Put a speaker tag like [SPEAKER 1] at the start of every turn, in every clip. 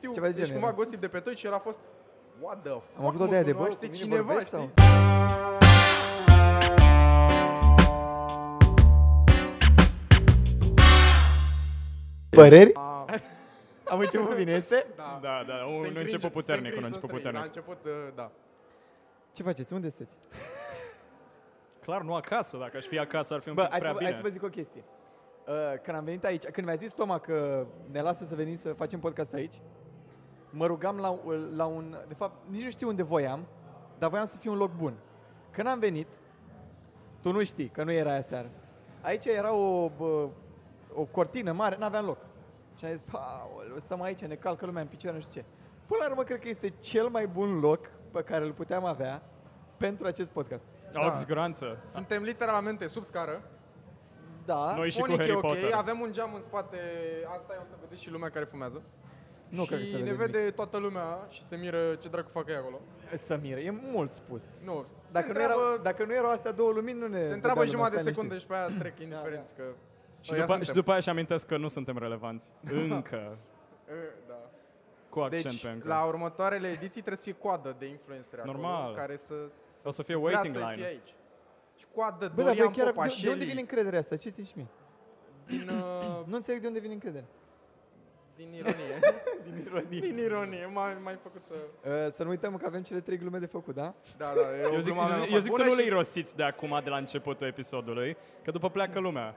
[SPEAKER 1] Știu,
[SPEAKER 2] Ceva de
[SPEAKER 1] deci
[SPEAKER 2] genul
[SPEAKER 1] cumva
[SPEAKER 2] era.
[SPEAKER 1] gossip de pe toi și el a fost What the fuck,
[SPEAKER 2] Am avut o
[SPEAKER 1] mă,
[SPEAKER 2] de aia de bă,
[SPEAKER 1] cunoaște
[SPEAKER 2] cu mine
[SPEAKER 1] cineva,
[SPEAKER 2] vorbești
[SPEAKER 1] știi?
[SPEAKER 2] sau? Păreri? Am început bine, este?
[SPEAKER 1] Da,
[SPEAKER 3] Da, da, un
[SPEAKER 1] Suntem cringe,
[SPEAKER 3] început
[SPEAKER 1] suntem
[SPEAKER 3] puternic, un
[SPEAKER 1] cringe
[SPEAKER 3] început
[SPEAKER 1] toți trei. La
[SPEAKER 3] puternic.
[SPEAKER 1] început, uh, da.
[SPEAKER 2] Ce faceți? Unde sunteți?
[SPEAKER 3] Clar, nu acasă, dacă aș fi acasă ar fi un
[SPEAKER 2] Bă,
[SPEAKER 3] pic
[SPEAKER 2] hai
[SPEAKER 3] prea
[SPEAKER 2] să, vă, hai
[SPEAKER 3] bine.
[SPEAKER 2] să vă zic o chestie. Uh, când am venit aici, când mi-a zis Toma că ne lasă să venim să facem podcast aici, mă rugam la, la un... De fapt, nici nu știu unde voiam, dar voiam să fiu un loc bun. Când am venit, tu nu știi că nu era aia seară. Aici era o, bă, o cortină mare, n-aveam loc. Și am zis, "Aoleu, stăm aici, ne calcă lumea în picioare, nu știu ce. Până la urmă, cred că este cel mai bun loc pe care îl puteam avea pentru acest podcast.
[SPEAKER 3] Da,
[SPEAKER 1] Da.
[SPEAKER 3] cu siguranță.
[SPEAKER 1] Suntem literalmente sub scară.
[SPEAKER 2] Da,
[SPEAKER 3] Noi Păi și cu
[SPEAKER 1] Fonic e
[SPEAKER 3] Harry
[SPEAKER 1] ok,
[SPEAKER 3] Potter.
[SPEAKER 1] avem un geam în spate, asta e o să vede și lumea care fumează.
[SPEAKER 2] nu
[SPEAKER 1] și
[SPEAKER 2] cred că se vede
[SPEAKER 1] ne vede
[SPEAKER 2] nimic.
[SPEAKER 1] toată lumea și se miră ce dracu fac ei acolo.
[SPEAKER 2] Samir, e mult spus.
[SPEAKER 1] Nu, se
[SPEAKER 2] Dacă nu,
[SPEAKER 1] întreabă,
[SPEAKER 2] erau, da, dacă nu erau astea două lumini, nu ne
[SPEAKER 1] se întreabă jumătate de secundă și pe aia trec, indiferent că...
[SPEAKER 3] Și
[SPEAKER 1] ăia
[SPEAKER 3] după, și
[SPEAKER 1] suntem.
[SPEAKER 3] după aia și amintesc că nu suntem relevanți. Încă.
[SPEAKER 1] Uh, Da.
[SPEAKER 3] Cu accent
[SPEAKER 1] Deci,
[SPEAKER 3] pe încă.
[SPEAKER 1] la următoarele ediții trebuie să fie coadă de influencer acolo,
[SPEAKER 3] Normal.
[SPEAKER 1] care să,
[SPEAKER 3] O să fie
[SPEAKER 1] vrea
[SPEAKER 3] waiting
[SPEAKER 1] să fie
[SPEAKER 3] line.
[SPEAKER 1] aici. Și coadă,
[SPEAKER 2] Bă, dar voi
[SPEAKER 1] Dorian
[SPEAKER 2] chiar,
[SPEAKER 1] Popa,
[SPEAKER 2] de, de unde
[SPEAKER 1] Shelly,
[SPEAKER 2] vine încrederea asta? Ce zici mie?
[SPEAKER 1] din, uh,
[SPEAKER 2] Nu înțeleg de unde vine încrederea.
[SPEAKER 1] din ironie.
[SPEAKER 2] Din ironie.
[SPEAKER 1] din ironie, m-ai, m-ai făcut să...
[SPEAKER 2] Uh, să nu uităm că avem cele trei glume de făcut, da?
[SPEAKER 1] Da, da, e o
[SPEAKER 3] Eu zic,
[SPEAKER 1] glumă a mea,
[SPEAKER 3] eu zic,
[SPEAKER 1] mă
[SPEAKER 3] eu zic să
[SPEAKER 1] bună
[SPEAKER 3] nu le
[SPEAKER 1] și-
[SPEAKER 3] irosiți de acum, de la începutul episodului, că după pleacă lumea.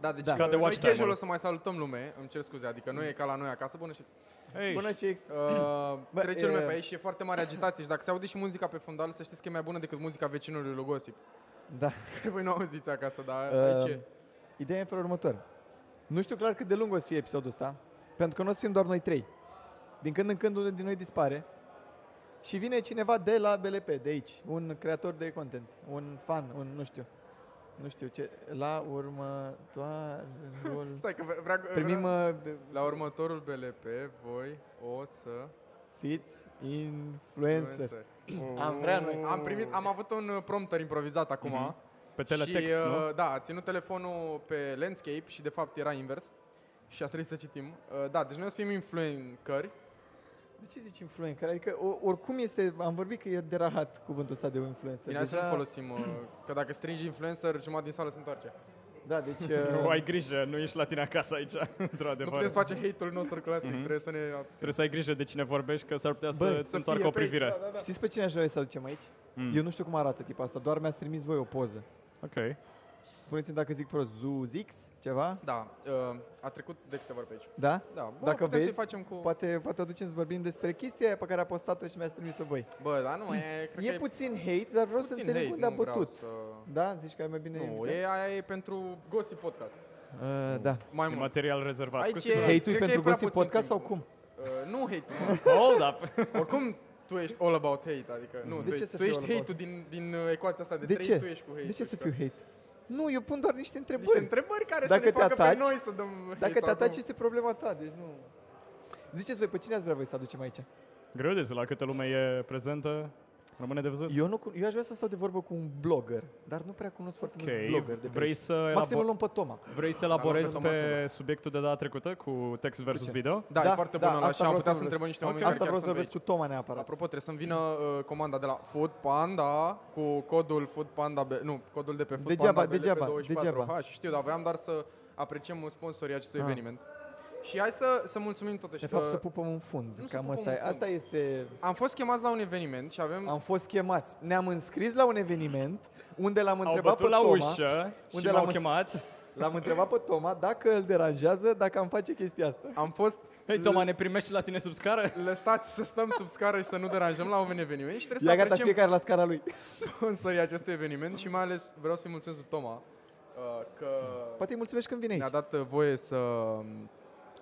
[SPEAKER 1] Da, deci
[SPEAKER 2] Da.
[SPEAKER 1] da.
[SPEAKER 2] Ca
[SPEAKER 3] de
[SPEAKER 1] noi
[SPEAKER 3] watch
[SPEAKER 1] casual
[SPEAKER 3] time-ul.
[SPEAKER 1] o să mai salutăm lume, îmi cer scuze, adică nu e ca la noi acasă, bună și ex.
[SPEAKER 3] Hei,
[SPEAKER 2] Bună și ex.
[SPEAKER 1] Uh,
[SPEAKER 2] Bă,
[SPEAKER 1] trece lumea
[SPEAKER 2] e-
[SPEAKER 1] pe aici și e foarte mare agitație și dacă se aude și muzica pe fundal, să știți că e mai bună decât muzica vecinului lui Gosip.
[SPEAKER 2] Da.
[SPEAKER 1] Voi nu auziți acasă, dar aici
[SPEAKER 2] Uh,
[SPEAKER 1] e.
[SPEAKER 2] ideea e în felul următor. Nu știu clar cât de lung o să fie episodul ăsta, pentru că nu o să fim doar noi trei. Din când în când unul din noi dispare și vine cineva de la BLP, de aici, un creator de content, un fan, un nu știu. Nu știu ce, la următoarul...
[SPEAKER 1] Stai că vre- vrea,
[SPEAKER 2] Primim
[SPEAKER 1] vrea...
[SPEAKER 2] uh, de-
[SPEAKER 1] La următorul BLP, voi o să...
[SPEAKER 2] fiți influencer. Am vrea noi.
[SPEAKER 1] Am, primit, am avut un uh, prompter improvizat acum.
[SPEAKER 3] Mhm. Pe
[SPEAKER 1] și,
[SPEAKER 3] teletext,
[SPEAKER 1] uh,
[SPEAKER 3] nu?
[SPEAKER 1] Da, a ținut telefonul pe landscape și de fapt era invers. Și a trebuit să citim. Uh, da, deci noi o să fim influencări.
[SPEAKER 2] De ce zici influencer? Adică o- oricum este, am vorbit că e derahat cuvântul ăsta de influencer.
[SPEAKER 1] Bine, hai să nu folosim, uh, că dacă strigi influencer, jumătate din sală se întoarce.
[SPEAKER 2] Da, deci
[SPEAKER 3] Nu,
[SPEAKER 2] uh,
[SPEAKER 3] ai grijă, nu ești la tine acasă aici,
[SPEAKER 1] Nu
[SPEAKER 3] într-adevăr.
[SPEAKER 1] putem să facem hate-ul nostru clasic,
[SPEAKER 2] Mhm.
[SPEAKER 1] trebuie să ne...
[SPEAKER 3] Trebuie să ai grijă de cine vorbești, că s-ar putea
[SPEAKER 2] Bă,
[SPEAKER 3] să
[SPEAKER 1] să
[SPEAKER 3] îți întoarcă
[SPEAKER 1] fie
[SPEAKER 3] o
[SPEAKER 1] pe aici,
[SPEAKER 3] privire. Mm,
[SPEAKER 1] da, da, da.
[SPEAKER 2] știți pe cine aș vrea să aducem aici?
[SPEAKER 1] Hmm.
[SPEAKER 2] Eu nu știu cum arată tipul asta, doar mi-ați trimis voi o poză.
[SPEAKER 3] Ok.
[SPEAKER 2] Spuneți-mi dacă zic prost, Zuzix, ceva?
[SPEAKER 1] Da, uh, a trecut de câteva ori pe aici.
[SPEAKER 2] Da?
[SPEAKER 1] Da, bă,
[SPEAKER 2] Dacă
[SPEAKER 1] putem să-i
[SPEAKER 2] vezi,
[SPEAKER 1] facem cu...
[SPEAKER 2] Poate, poate o ducem să vorbim despre chestia aia pe care a postat-o și mi-ați trimis-o voi.
[SPEAKER 1] Bă, da, nu, e... Cred
[SPEAKER 2] e
[SPEAKER 1] că
[SPEAKER 2] puțin hate, dar vreau să
[SPEAKER 1] puțin
[SPEAKER 2] înțeleg
[SPEAKER 1] hate,
[SPEAKER 2] unde a
[SPEAKER 1] nu vreau
[SPEAKER 2] bătut.
[SPEAKER 1] să-
[SPEAKER 2] Da? Zici că ai mai bine
[SPEAKER 1] Nu,
[SPEAKER 2] evitat?
[SPEAKER 1] e, aia e pentru Gossip Podcast.
[SPEAKER 2] Uh, da.
[SPEAKER 1] Mai
[SPEAKER 3] E
[SPEAKER 1] mult.
[SPEAKER 3] material rezervat,
[SPEAKER 1] Aici
[SPEAKER 3] cu
[SPEAKER 1] e-
[SPEAKER 3] siguranță.
[SPEAKER 1] cred că
[SPEAKER 2] Hate-ul
[SPEAKER 1] e
[SPEAKER 2] pentru
[SPEAKER 1] prea
[SPEAKER 2] Gossip
[SPEAKER 1] puțin
[SPEAKER 2] Podcast sau
[SPEAKER 1] timp.
[SPEAKER 2] cum?
[SPEAKER 1] Uh, nu hate mă.
[SPEAKER 3] Hold up!
[SPEAKER 1] Oricum, tu ești all about hate, adică nu,
[SPEAKER 2] De
[SPEAKER 1] tu,
[SPEAKER 2] ce
[SPEAKER 1] ești-
[SPEAKER 2] să
[SPEAKER 1] tu
[SPEAKER 2] fiu
[SPEAKER 1] ești
[SPEAKER 2] all about
[SPEAKER 1] hate-ul din, din uh, ecuația asta de,
[SPEAKER 2] De
[SPEAKER 1] trei,
[SPEAKER 2] ce?
[SPEAKER 1] tu ești cu hate
[SPEAKER 2] De ce să fiu hate? Nu, eu pun doar niște întrebări.
[SPEAKER 1] Păi, Niște întrebări care
[SPEAKER 2] Dacă
[SPEAKER 1] să ne
[SPEAKER 2] te
[SPEAKER 1] facă pe
[SPEAKER 2] ataci-
[SPEAKER 1] noi să dăm hate
[SPEAKER 3] Exact,
[SPEAKER 2] Dacă te
[SPEAKER 1] sau
[SPEAKER 2] ataci,
[SPEAKER 1] nu.
[SPEAKER 2] este problema ta, deci nu... Ziceți voi, pe cine ați vrea voi să aducem aici?
[SPEAKER 3] Păi- Greu de zis la câtă lume e prezentă. Rămâne de văzut.
[SPEAKER 2] Eu, nu, cun- eu aș vrea să stau de vorbă cu un blogger, dar nu prea cunosc foarte mulți
[SPEAKER 3] Ok,
[SPEAKER 2] blogger de pe
[SPEAKER 3] vrei
[SPEAKER 2] aici.
[SPEAKER 3] să,
[SPEAKER 2] Maxim îl
[SPEAKER 3] elabo-
[SPEAKER 2] luăm pe Toma.
[SPEAKER 3] vrei să
[SPEAKER 1] Am
[SPEAKER 3] elaborezi
[SPEAKER 1] luat-o,
[SPEAKER 3] pe
[SPEAKER 1] Maxim.
[SPEAKER 3] subiectul de data trecută cu text versus
[SPEAKER 2] ce?
[SPEAKER 3] video?
[SPEAKER 1] Da,
[SPEAKER 2] Da,
[SPEAKER 1] e foarte
[SPEAKER 2] da,
[SPEAKER 1] bună la
[SPEAKER 2] asta
[SPEAKER 1] și am
[SPEAKER 2] vreau
[SPEAKER 1] putea
[SPEAKER 2] să
[SPEAKER 1] să întrebăm niște oameni
[SPEAKER 2] Asta
[SPEAKER 1] care
[SPEAKER 2] vreau
[SPEAKER 1] chiar sunt
[SPEAKER 2] să vorbesc
[SPEAKER 1] pe
[SPEAKER 2] cu Toma
[SPEAKER 1] aici.
[SPEAKER 2] neapărat.
[SPEAKER 1] Apropo, trebuie să-mi vină uh, comanda de la Food Panda cu codul Food Panda, be- nu, codul de pe Food
[SPEAKER 2] Degeaba,
[SPEAKER 1] Panda
[SPEAKER 2] degeaba, degeaba.
[SPEAKER 1] Ha, și știu, dar vreau doar să apreciem sponsorii acestui
[SPEAKER 2] Ah.
[SPEAKER 1] eveniment. Și hai să, să mulțumim totuși. uh,
[SPEAKER 2] De fapt,
[SPEAKER 1] că-
[SPEAKER 2] să pupăm un fund.
[SPEAKER 1] deci, nu să
[SPEAKER 2] Cam
[SPEAKER 1] pupăm
[SPEAKER 2] asta,
[SPEAKER 1] în
[SPEAKER 2] e.
[SPEAKER 1] fund.
[SPEAKER 2] asta este...
[SPEAKER 1] Am fost chemați la un eveniment și avem
[SPEAKER 2] Am fost chemați. Ne-am înscris la un eveniment unde l-am
[SPEAKER 3] Au
[SPEAKER 2] întrebat pe
[SPEAKER 3] bătut la
[SPEAKER 2] Toma,
[SPEAKER 3] ușă și
[SPEAKER 2] unde
[SPEAKER 3] m-au
[SPEAKER 2] l-am-
[SPEAKER 3] chemat.
[SPEAKER 2] L-am întrebat pe Toma dacă îl deranjează, dacă am face chestia asta.
[SPEAKER 1] Am fost
[SPEAKER 3] Hei, Toma, ne primești la tine sub scară?
[SPEAKER 1] lăsați să stăm sub scară și să nu deranjăm la un eveniment și trebuie
[SPEAKER 2] Ia
[SPEAKER 1] să
[SPEAKER 2] gata,
[SPEAKER 1] apreciem
[SPEAKER 2] fiecare la scara lui.
[SPEAKER 1] sponsorii acestui eveniment și mai ales vreau să-i mulțumesc lui Toma uh, că
[SPEAKER 2] Poate îi mulțumesc când vine
[SPEAKER 1] ne-a
[SPEAKER 2] Păi aici.
[SPEAKER 1] dat uh, voie să, um,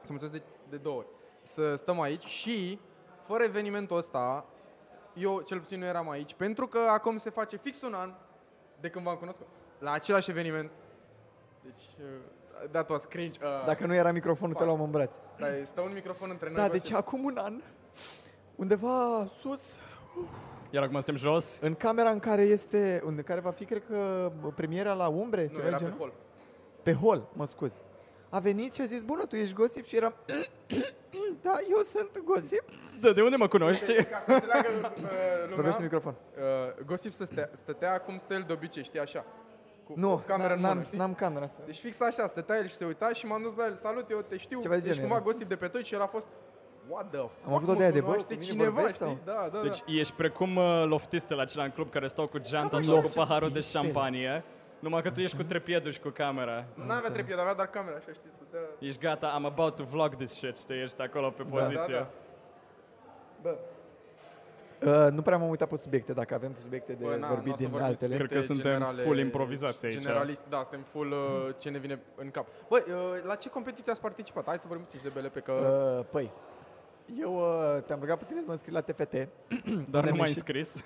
[SPEAKER 1] să mulțumesc de, de două ori, să stăm aici și fără evenimentul ăsta, eu cel puțin nu eram aici, pentru că acum se face fix un an de când v-am cunoscut, la același eveniment. Deci, uh, that was cringe. Uh,
[SPEAKER 2] Dacă nu era microfonul, te luam în braț.
[SPEAKER 1] Dar stă un microfon între noi.
[SPEAKER 2] Da,
[SPEAKER 1] vă
[SPEAKER 2] deci
[SPEAKER 1] simt.
[SPEAKER 2] acum un an, undeva sus,
[SPEAKER 3] Iar acum suntem jos.
[SPEAKER 2] în camera în care este, în care va fi, cred că, premiera la Umbre,
[SPEAKER 1] Nu,
[SPEAKER 2] ceva
[SPEAKER 1] era
[SPEAKER 2] de
[SPEAKER 1] pe
[SPEAKER 2] genul?
[SPEAKER 1] hol.
[SPEAKER 2] pe hol, mă scuz. a venit și a zis, bună, tu ești Gossip? Și eram, da, eu sunt Gossip.
[SPEAKER 3] Da, de unde mă cunoști?
[SPEAKER 1] Ca să înțeleagă uh,
[SPEAKER 2] Vorbește în
[SPEAKER 1] lumea,
[SPEAKER 2] microfon.
[SPEAKER 1] uh, Gossip să stea, stătea cum stă el de obicei, știi, așa. Cu,
[SPEAKER 2] Nu,
[SPEAKER 1] cu camera în
[SPEAKER 2] n-am-
[SPEAKER 1] mână, știi?
[SPEAKER 2] n-am camera asta.
[SPEAKER 1] Deci fix așa, stătea el și se uita și m-am dus la el, salut, eu te știu,
[SPEAKER 2] Ceva de
[SPEAKER 1] ești
[SPEAKER 2] genul
[SPEAKER 1] cumva
[SPEAKER 2] era.
[SPEAKER 1] Gossip de pe Twitch și el a fost, what the fuck,
[SPEAKER 2] avut o
[SPEAKER 1] mă
[SPEAKER 2] de aia de, bă,
[SPEAKER 1] cunoaște
[SPEAKER 2] cu mine
[SPEAKER 1] cineva,
[SPEAKER 2] vorbești
[SPEAKER 1] știi?
[SPEAKER 2] sau?
[SPEAKER 1] Da, da,
[SPEAKER 3] Deci
[SPEAKER 1] da.
[SPEAKER 3] ești precum uh, loftistele acela în club care stau cu geanta
[SPEAKER 2] Cam
[SPEAKER 3] sau cu
[SPEAKER 2] așa.
[SPEAKER 3] paharul de
[SPEAKER 2] Loftistele.
[SPEAKER 3] șampanie, numai că tu ești cu trepiedul și cu camera.
[SPEAKER 1] N-avea trepied, avea doar camera, așa, știi, stătea...
[SPEAKER 3] Ești gata, I'm about to vlog this shit, știi, ești acolo pe poziție.
[SPEAKER 1] da.
[SPEAKER 2] Bă. Uh, nu prea m-am uitat pe subiecte, dacă avem subiecte de
[SPEAKER 1] Bă,
[SPEAKER 2] na,
[SPEAKER 1] na,
[SPEAKER 2] vorbit
[SPEAKER 1] n-o să
[SPEAKER 2] din
[SPEAKER 1] vorbim
[SPEAKER 2] altele.
[SPEAKER 3] Cred că
[SPEAKER 1] subiecte
[SPEAKER 3] suntem full improvizați aici.
[SPEAKER 1] Generalist, da, suntem full uh, ce ne vine în cap. Băi, uh, la ce competiție ați participat? Hai să vorbim puțin și de BLP, că...
[SPEAKER 2] Uh, păi, eu uh, te-am rugat pe tine să mă înscrii la TFT.
[SPEAKER 3] Dar nu
[SPEAKER 2] da. Ne-am
[SPEAKER 3] m-ai
[SPEAKER 2] ieșit-
[SPEAKER 3] înscris?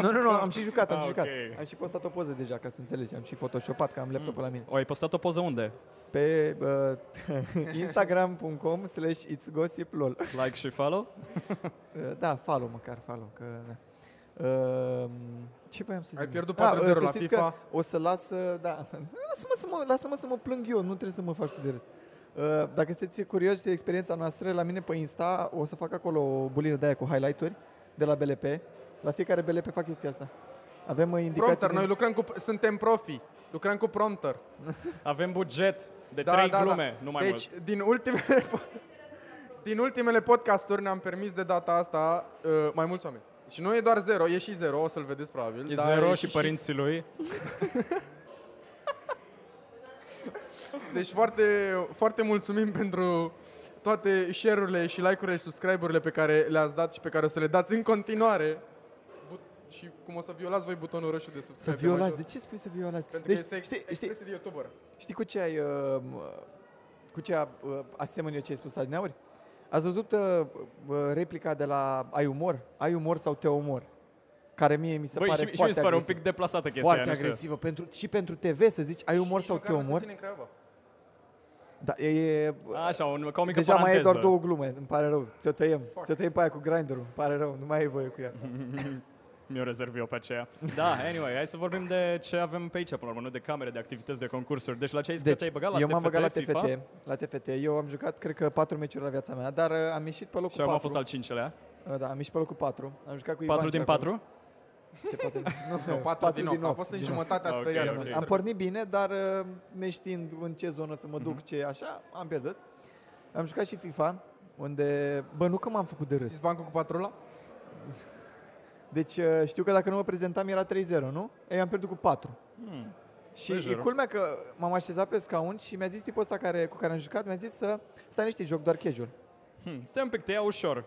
[SPEAKER 2] Nu, nu, nu, am și jucat, am
[SPEAKER 3] Ah,
[SPEAKER 2] și jucat.
[SPEAKER 3] ok. Hmm.
[SPEAKER 2] Am și postat o poză deja, ca să înțelegi. Am și photoshopat, că am laptopul la mine.
[SPEAKER 3] O, ai postat o poză unde?
[SPEAKER 2] Pe uh, instagram.com slash itsgossiplol.
[SPEAKER 3] Like și follow?
[SPEAKER 2] Uh, da, follow măcar, follow, că... Da. Uh, ce voiam să zic?
[SPEAKER 1] Ai pierdut
[SPEAKER 2] Da, uh,
[SPEAKER 1] 4-0
[SPEAKER 2] să
[SPEAKER 1] la
[SPEAKER 2] știți că
[SPEAKER 1] FIFA.
[SPEAKER 2] O să las, uh, da, lasă-mă să, mă, lasă-mă să mă plâng eu, nu trebuie să mă faci tu de râs. Uh, Dacă sunteți curioși de experiența noastră, la mine pe Insta o să fac acolo o bulină de aia cu highlight-uri de la BLP. La fiecare BLP fac chestia asta. Avem uh, indicații
[SPEAKER 1] Prompter, noi lucrăm cu... Suntem profi. Lucrăm cu prompter.
[SPEAKER 3] Avem buget de
[SPEAKER 2] Da,
[SPEAKER 3] trei glume, nu mai
[SPEAKER 1] deci,
[SPEAKER 3] mult.
[SPEAKER 1] din ultimele, po- din ultimele podcasturi ne-am permis de data asta uh, mai mulți oameni. Și nu e doar zero, e și zero, o să-l vedeți probabil.
[SPEAKER 3] E
[SPEAKER 2] da,
[SPEAKER 1] dar
[SPEAKER 3] zero
[SPEAKER 1] e
[SPEAKER 3] și părinții lui.
[SPEAKER 1] Deci foarte, foarte mulțumim pentru toate share-urile și like-urile și subscribe-urile pe care le-ați dat și pe care o să le dați în continuare. But- și cum o să violați voi butonul roșu de
[SPEAKER 2] Să
[SPEAKER 1] subscribe. mai
[SPEAKER 2] violați,
[SPEAKER 1] jos.
[SPEAKER 2] de ce spui să violați?
[SPEAKER 1] Pentru
[SPEAKER 2] Deci,
[SPEAKER 1] că este ex-
[SPEAKER 2] știi, știi,
[SPEAKER 1] expresie de YouTuber.
[SPEAKER 2] știi cu ce ai, uh, cu ce a, uh, asemănă eu ce ai spus adineauri? Ați văzut uh, uh, replica de la Ai umor? Ai umor sau te omor? Care mie mi se
[SPEAKER 3] Băi,
[SPEAKER 2] pare
[SPEAKER 3] și, și mi
[SPEAKER 2] foarte
[SPEAKER 3] se pare un
[SPEAKER 2] agresivă.
[SPEAKER 3] pic deplasată chestia
[SPEAKER 2] foarte
[SPEAKER 3] aia, nu știu.
[SPEAKER 2] agresivă. Pentru, și pentru TV să zici ai umor
[SPEAKER 1] Și
[SPEAKER 2] sau
[SPEAKER 1] măcar
[SPEAKER 2] te
[SPEAKER 1] nu se
[SPEAKER 2] omor.
[SPEAKER 1] ține creava.
[SPEAKER 2] Da, e, e
[SPEAKER 3] Așa, un, ca o mică
[SPEAKER 2] deja mai e
[SPEAKER 3] paranteză.
[SPEAKER 2] doar două glume, îmi pare rău. Ți-o tăiem.
[SPEAKER 1] Fuck.
[SPEAKER 2] Ți-o tăiem pe aia cu grinderul. Îmi pare rău, nu mai ai voie cu ea.
[SPEAKER 3] Mi-o rezerv eu pe aceea. Da, anyway, hai să vorbim de ce avem pe aici, până la urmă, nu de camere, de activități, de concursuri. Deci la ce ai zis că te-ai băgat la
[SPEAKER 2] eu
[SPEAKER 3] TFT,
[SPEAKER 2] m-am băgat la TFT,
[SPEAKER 3] FIFA,
[SPEAKER 2] la TFT. Eu am jucat, cred că, patru meciuri la viața mea, dar uh, am ieșit pe locul
[SPEAKER 3] și acum a
[SPEAKER 2] 4.
[SPEAKER 3] fost al cincilea.
[SPEAKER 2] Da, am ieșit pe locul 4. Am jucat cu Ivan
[SPEAKER 3] 4 din
[SPEAKER 2] Ciacob.
[SPEAKER 3] 4?
[SPEAKER 2] Ce patru?
[SPEAKER 1] Nu, 4 din 8. A fost în jumătatea
[SPEAKER 3] Ah, ok,
[SPEAKER 1] speriată.
[SPEAKER 3] ok.
[SPEAKER 1] Deci
[SPEAKER 2] Am pornit bine, dar uh, neștiind în ce zonă să mă duc,
[SPEAKER 1] Mhm.
[SPEAKER 2] ce așa, am pierdut. Am jucat și FIFA, unde, bă, nu că m-am făcut de
[SPEAKER 1] Știți
[SPEAKER 2] râs.
[SPEAKER 1] bancul cu patrula?
[SPEAKER 2] Deci uh, știu că dacă nu mă prezentam era 3-0, nu? Ei, am pierdut cu 4.
[SPEAKER 3] Hmm.
[SPEAKER 2] Și
[SPEAKER 3] 3-0.
[SPEAKER 2] e culmea că m-am așezat pe scaun și mi-a zis tipul ăsta care, cu care am jucat, mi-a zis să stai niște joc doar casual.
[SPEAKER 3] Hmm. Stai un pic, te ia ușor.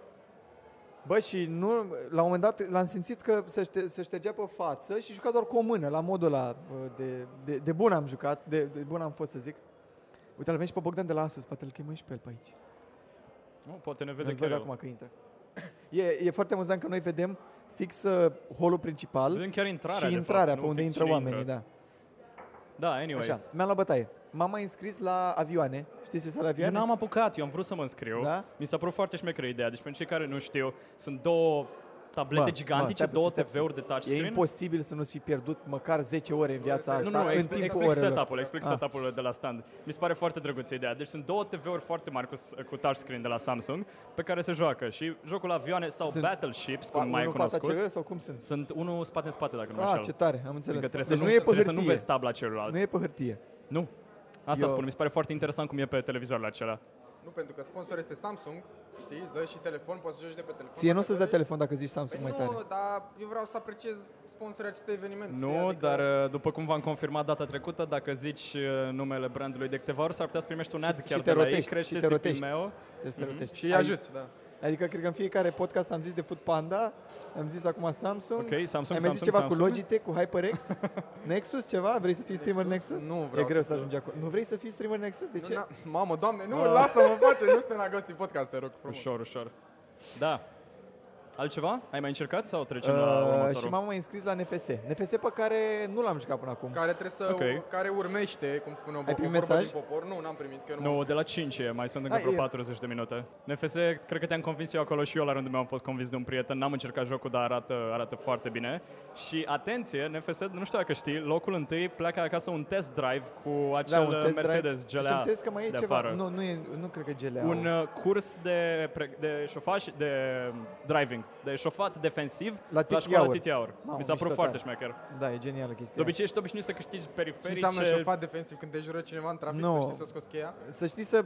[SPEAKER 2] Bă, și nu, la un moment dat l-am simțit că se, ște, se ștergea pe față și juca doar cu o mână, la modul ăla bă, de, de, de bun am jucat, de, de bun am fost să zic. Uite, l-avem și pe Bogdan de la Asus, poate îl chemăm și pe el pe aici.
[SPEAKER 3] Nu, poate ne vede
[SPEAKER 2] Vede
[SPEAKER 3] chiar
[SPEAKER 2] văd
[SPEAKER 3] el.
[SPEAKER 2] acum că intră. E, e foarte amuzant că noi vedem fix uh, holul principal
[SPEAKER 3] Vedem chiar intrarea,
[SPEAKER 2] și
[SPEAKER 3] de
[SPEAKER 2] intrarea
[SPEAKER 3] fapt,
[SPEAKER 2] pe
[SPEAKER 3] nu?
[SPEAKER 2] unde
[SPEAKER 3] Fix
[SPEAKER 2] intră
[SPEAKER 3] cine
[SPEAKER 2] oamenii, da.
[SPEAKER 3] Da, anyway.
[SPEAKER 2] Așa, mi-am luat bătaie. M-am mai înscris la avioane. Știți ce sunt la
[SPEAKER 3] Eu
[SPEAKER 2] avioane?
[SPEAKER 3] n-am apucat, eu am vrut să mă înscriu.
[SPEAKER 2] Da?
[SPEAKER 3] Mi s-a părut foarte șmecheră ideea. Deci pentru cei care nu știu, sunt două tablete gigantice, două TV-uri de touchscreen.
[SPEAKER 2] E imposibil să nu-ți fi pierdut măcar 10 ore în viața
[SPEAKER 1] Nu,
[SPEAKER 2] asta,
[SPEAKER 3] nu, nu,
[SPEAKER 2] în
[SPEAKER 3] exp-
[SPEAKER 2] timpul
[SPEAKER 3] explic
[SPEAKER 2] orelor.
[SPEAKER 3] setup-ul, explic
[SPEAKER 2] Ah.
[SPEAKER 3] setup-ul de la stand. Mi se pare foarte drăguță ideea. Deci sunt două TV-uri foarte mari cu, s- cu touchscreen de la Samsung pe care se joacă și jocul avioane sau
[SPEAKER 2] Sunt
[SPEAKER 3] battleships,
[SPEAKER 2] Fa-
[SPEAKER 3] cum mai e
[SPEAKER 2] unul în fața
[SPEAKER 3] cunoscut.
[SPEAKER 2] celuilalt sau cum sunt?
[SPEAKER 3] Sunt unul spate în spate, dacă nu mă
[SPEAKER 2] Ah, ce
[SPEAKER 3] înșel.
[SPEAKER 2] tare, am
[SPEAKER 3] Adică
[SPEAKER 2] înțeles.
[SPEAKER 3] trebuie,
[SPEAKER 2] deci nu
[SPEAKER 3] să, nu,
[SPEAKER 2] e pe
[SPEAKER 3] trebuie să nu
[SPEAKER 2] hârtie.
[SPEAKER 3] vezi tabla celălalt.
[SPEAKER 2] Nu
[SPEAKER 3] Nu.
[SPEAKER 2] e pe hârtie.
[SPEAKER 3] Asta
[SPEAKER 2] Eu-
[SPEAKER 3] spun, mi se pare foarte interesant cum e pe televizorul acela.
[SPEAKER 1] Nu, pentru că sponsor este Samsung, știi, îți dă și telefon, poți să joci de pe telefon.
[SPEAKER 2] Ție nu o
[SPEAKER 1] dacă
[SPEAKER 2] să-ți dea
[SPEAKER 1] dorești.
[SPEAKER 2] telefon dacă zici Samsung mai
[SPEAKER 1] Păi
[SPEAKER 2] tare.
[SPEAKER 1] nu, dar eu vreau să apreciez sponsorii acestui eveniment. știi,
[SPEAKER 3] Nu,
[SPEAKER 1] adică-
[SPEAKER 3] dar uh, după cum v-am confirmat data trecută, dacă zici uh, numele brandului de câteva ori, s-ar putea să primești un ad
[SPEAKER 2] și
[SPEAKER 3] chiar
[SPEAKER 2] te
[SPEAKER 3] de la ei,
[SPEAKER 2] rotești,
[SPEAKER 3] crește
[SPEAKER 2] și te rotești.
[SPEAKER 3] CPM-ul.
[SPEAKER 2] Trebuie
[SPEAKER 3] Mhm.
[SPEAKER 2] să te rotești.
[SPEAKER 1] Și
[SPEAKER 3] uh,
[SPEAKER 1] îi
[SPEAKER 2] Ai-
[SPEAKER 1] ajuți, da.
[SPEAKER 2] Adică cred că în fiecare podcast am zis de Food Panda, am zis acum Samsung.
[SPEAKER 3] Ok, Samsung,
[SPEAKER 2] Ai mai
[SPEAKER 3] Samsung,
[SPEAKER 2] zis ceva
[SPEAKER 3] Samsung.
[SPEAKER 2] cu Logitech, cu HyperX? Nexus ceva? Vrei să fii streamer Nexus?
[SPEAKER 1] Nu
[SPEAKER 2] E
[SPEAKER 1] vreau
[SPEAKER 2] greu
[SPEAKER 1] să
[SPEAKER 2] să ajungi acolo. Nu vrei să fii streamer Nexus? De
[SPEAKER 1] Nu,
[SPEAKER 2] ce?
[SPEAKER 1] na- mamă, doamne, nu,
[SPEAKER 2] Ah.
[SPEAKER 1] lasă-mă, face, nu suntem la Ghost in Podcast, te rog frumos.
[SPEAKER 3] Ușor, ușor. Da. Altceva? Ai mai încercat sau trecem la
[SPEAKER 2] Uh,
[SPEAKER 3] următorul?
[SPEAKER 2] și m-am mai înscris la NFS. NFS pe care nu l-am jucat până acum.
[SPEAKER 1] Care trebuie să
[SPEAKER 3] Ok.
[SPEAKER 1] care urmește, cum spune o, bo- o
[SPEAKER 2] primit
[SPEAKER 1] vorbă
[SPEAKER 2] mesaj?
[SPEAKER 1] din popor. Nu, n-am primit, că nu, m-am
[SPEAKER 3] Nu,
[SPEAKER 1] scris.
[SPEAKER 3] de la 5 e, mai sunt încă
[SPEAKER 2] Ah,
[SPEAKER 3] vreo
[SPEAKER 2] e.
[SPEAKER 3] 40 de minute. NFS, cred că te-am convins eu acolo și eu la rândul meu am fost convins de un prieten, n-am încercat jocul, dar arată, arată foarte bine. Și atenție, NFS, nu știu dacă știi, locul întâi pleacă acasă un test drive cu acel
[SPEAKER 2] Da, un test
[SPEAKER 3] uh, Mercedes
[SPEAKER 2] drive. Și
[SPEAKER 3] GLA
[SPEAKER 2] am înțeles că mai e
[SPEAKER 3] de
[SPEAKER 2] ceva.
[SPEAKER 3] afară.
[SPEAKER 2] Nu, nu, e, nu cred că GLA.
[SPEAKER 3] Un uh, curs de, pre- de șofaș, de um, driving, de șofat defensiv
[SPEAKER 2] La
[SPEAKER 3] la,
[SPEAKER 2] Titi
[SPEAKER 3] la școala
[SPEAKER 2] Aur.
[SPEAKER 3] Titi Aur.
[SPEAKER 2] Mamă,
[SPEAKER 3] Mi s-a
[SPEAKER 2] mișto
[SPEAKER 3] părut foarte
[SPEAKER 2] tare.
[SPEAKER 3] șmecher.
[SPEAKER 2] Da, e genială chestia.
[SPEAKER 3] De obicei ești obișnuit să câștigi
[SPEAKER 1] Ce
[SPEAKER 3] periferice.
[SPEAKER 1] înseamnă șofat defensiv când te jură cineva în trafic
[SPEAKER 2] Nu.
[SPEAKER 1] să știi să scoți cheia?
[SPEAKER 2] Să știi să...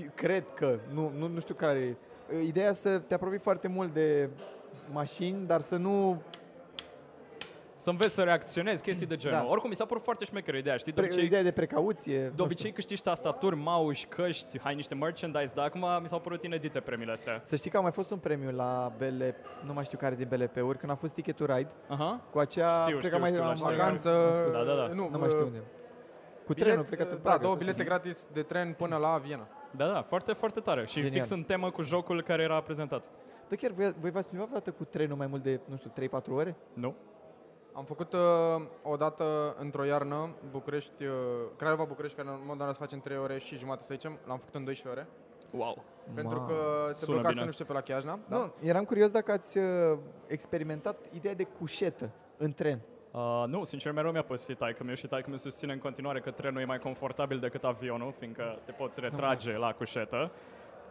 [SPEAKER 2] eu Cred că, nu, nu, nu știu care e. Ideea să te apropii foarte mult de mașini, dar să nu...
[SPEAKER 3] Să înveți să reacționezi chestii de genul.
[SPEAKER 2] Da.
[SPEAKER 3] Oricum, mi s-a părut foarte șmecheră ideea, știi? De
[SPEAKER 2] Pre,
[SPEAKER 3] obicei,
[SPEAKER 2] ideea de precauție.
[SPEAKER 3] De
[SPEAKER 2] nu știu.
[SPEAKER 3] obicei câștigi tastaturi, mauși, căști, hai niște merchandise, dar acum mi s-au părut inedite premiile astea.
[SPEAKER 2] Să știi că a mai fost un premiu la BL, nu mai știu care din BLP-uri, când a fost Ticket to Ride,
[SPEAKER 3] Aha.
[SPEAKER 2] cu acea...
[SPEAKER 3] Știu,
[SPEAKER 2] cred
[SPEAKER 3] știu,
[SPEAKER 2] că mai
[SPEAKER 3] știu, la
[SPEAKER 2] am-
[SPEAKER 3] știri.
[SPEAKER 1] Vacanță...
[SPEAKER 2] am spus.
[SPEAKER 3] Da, da, da.
[SPEAKER 1] Nu,
[SPEAKER 2] Nu mai știu
[SPEAKER 1] uh,
[SPEAKER 2] unde. Cu
[SPEAKER 1] bilet-
[SPEAKER 2] trenul, cred că în
[SPEAKER 1] Da,
[SPEAKER 2] Praga
[SPEAKER 1] două
[SPEAKER 2] sau
[SPEAKER 1] bilete
[SPEAKER 2] ceva.
[SPEAKER 1] gratis de tren până la Viena.
[SPEAKER 3] Da, da, foarte, foarte tare. Și
[SPEAKER 2] Genial.
[SPEAKER 3] fix în temă cu jocul care era prezentat.
[SPEAKER 2] Dar Da, chiar voi, voi v-ați plimbat vreodată cu trenul mai mult de, nu știu, 3-4 ore?
[SPEAKER 3] Nu?
[SPEAKER 1] Am făcut uh, odată într-o iarnă București, uh, Craiova-București, care în mod normal se face în 3 ore și jumate, să zicem, l-am făcut în 12 ore,
[SPEAKER 3] Wow.
[SPEAKER 1] pentru
[SPEAKER 2] Mamă.
[SPEAKER 1] că se
[SPEAKER 3] Sună
[SPEAKER 1] bloca să
[SPEAKER 3] bine.
[SPEAKER 1] nu știu pe la Chiajna.
[SPEAKER 2] Da. Nu, eram curios dacă ați uh, experimentat ideea de cușetă în tren.
[SPEAKER 3] Uh, nu, sincer, mereu mi-a păsit taică meu și taică mi susține în continuare că trenul e mai confortabil decât avionul, fiindcă te poți retrage la cușetă.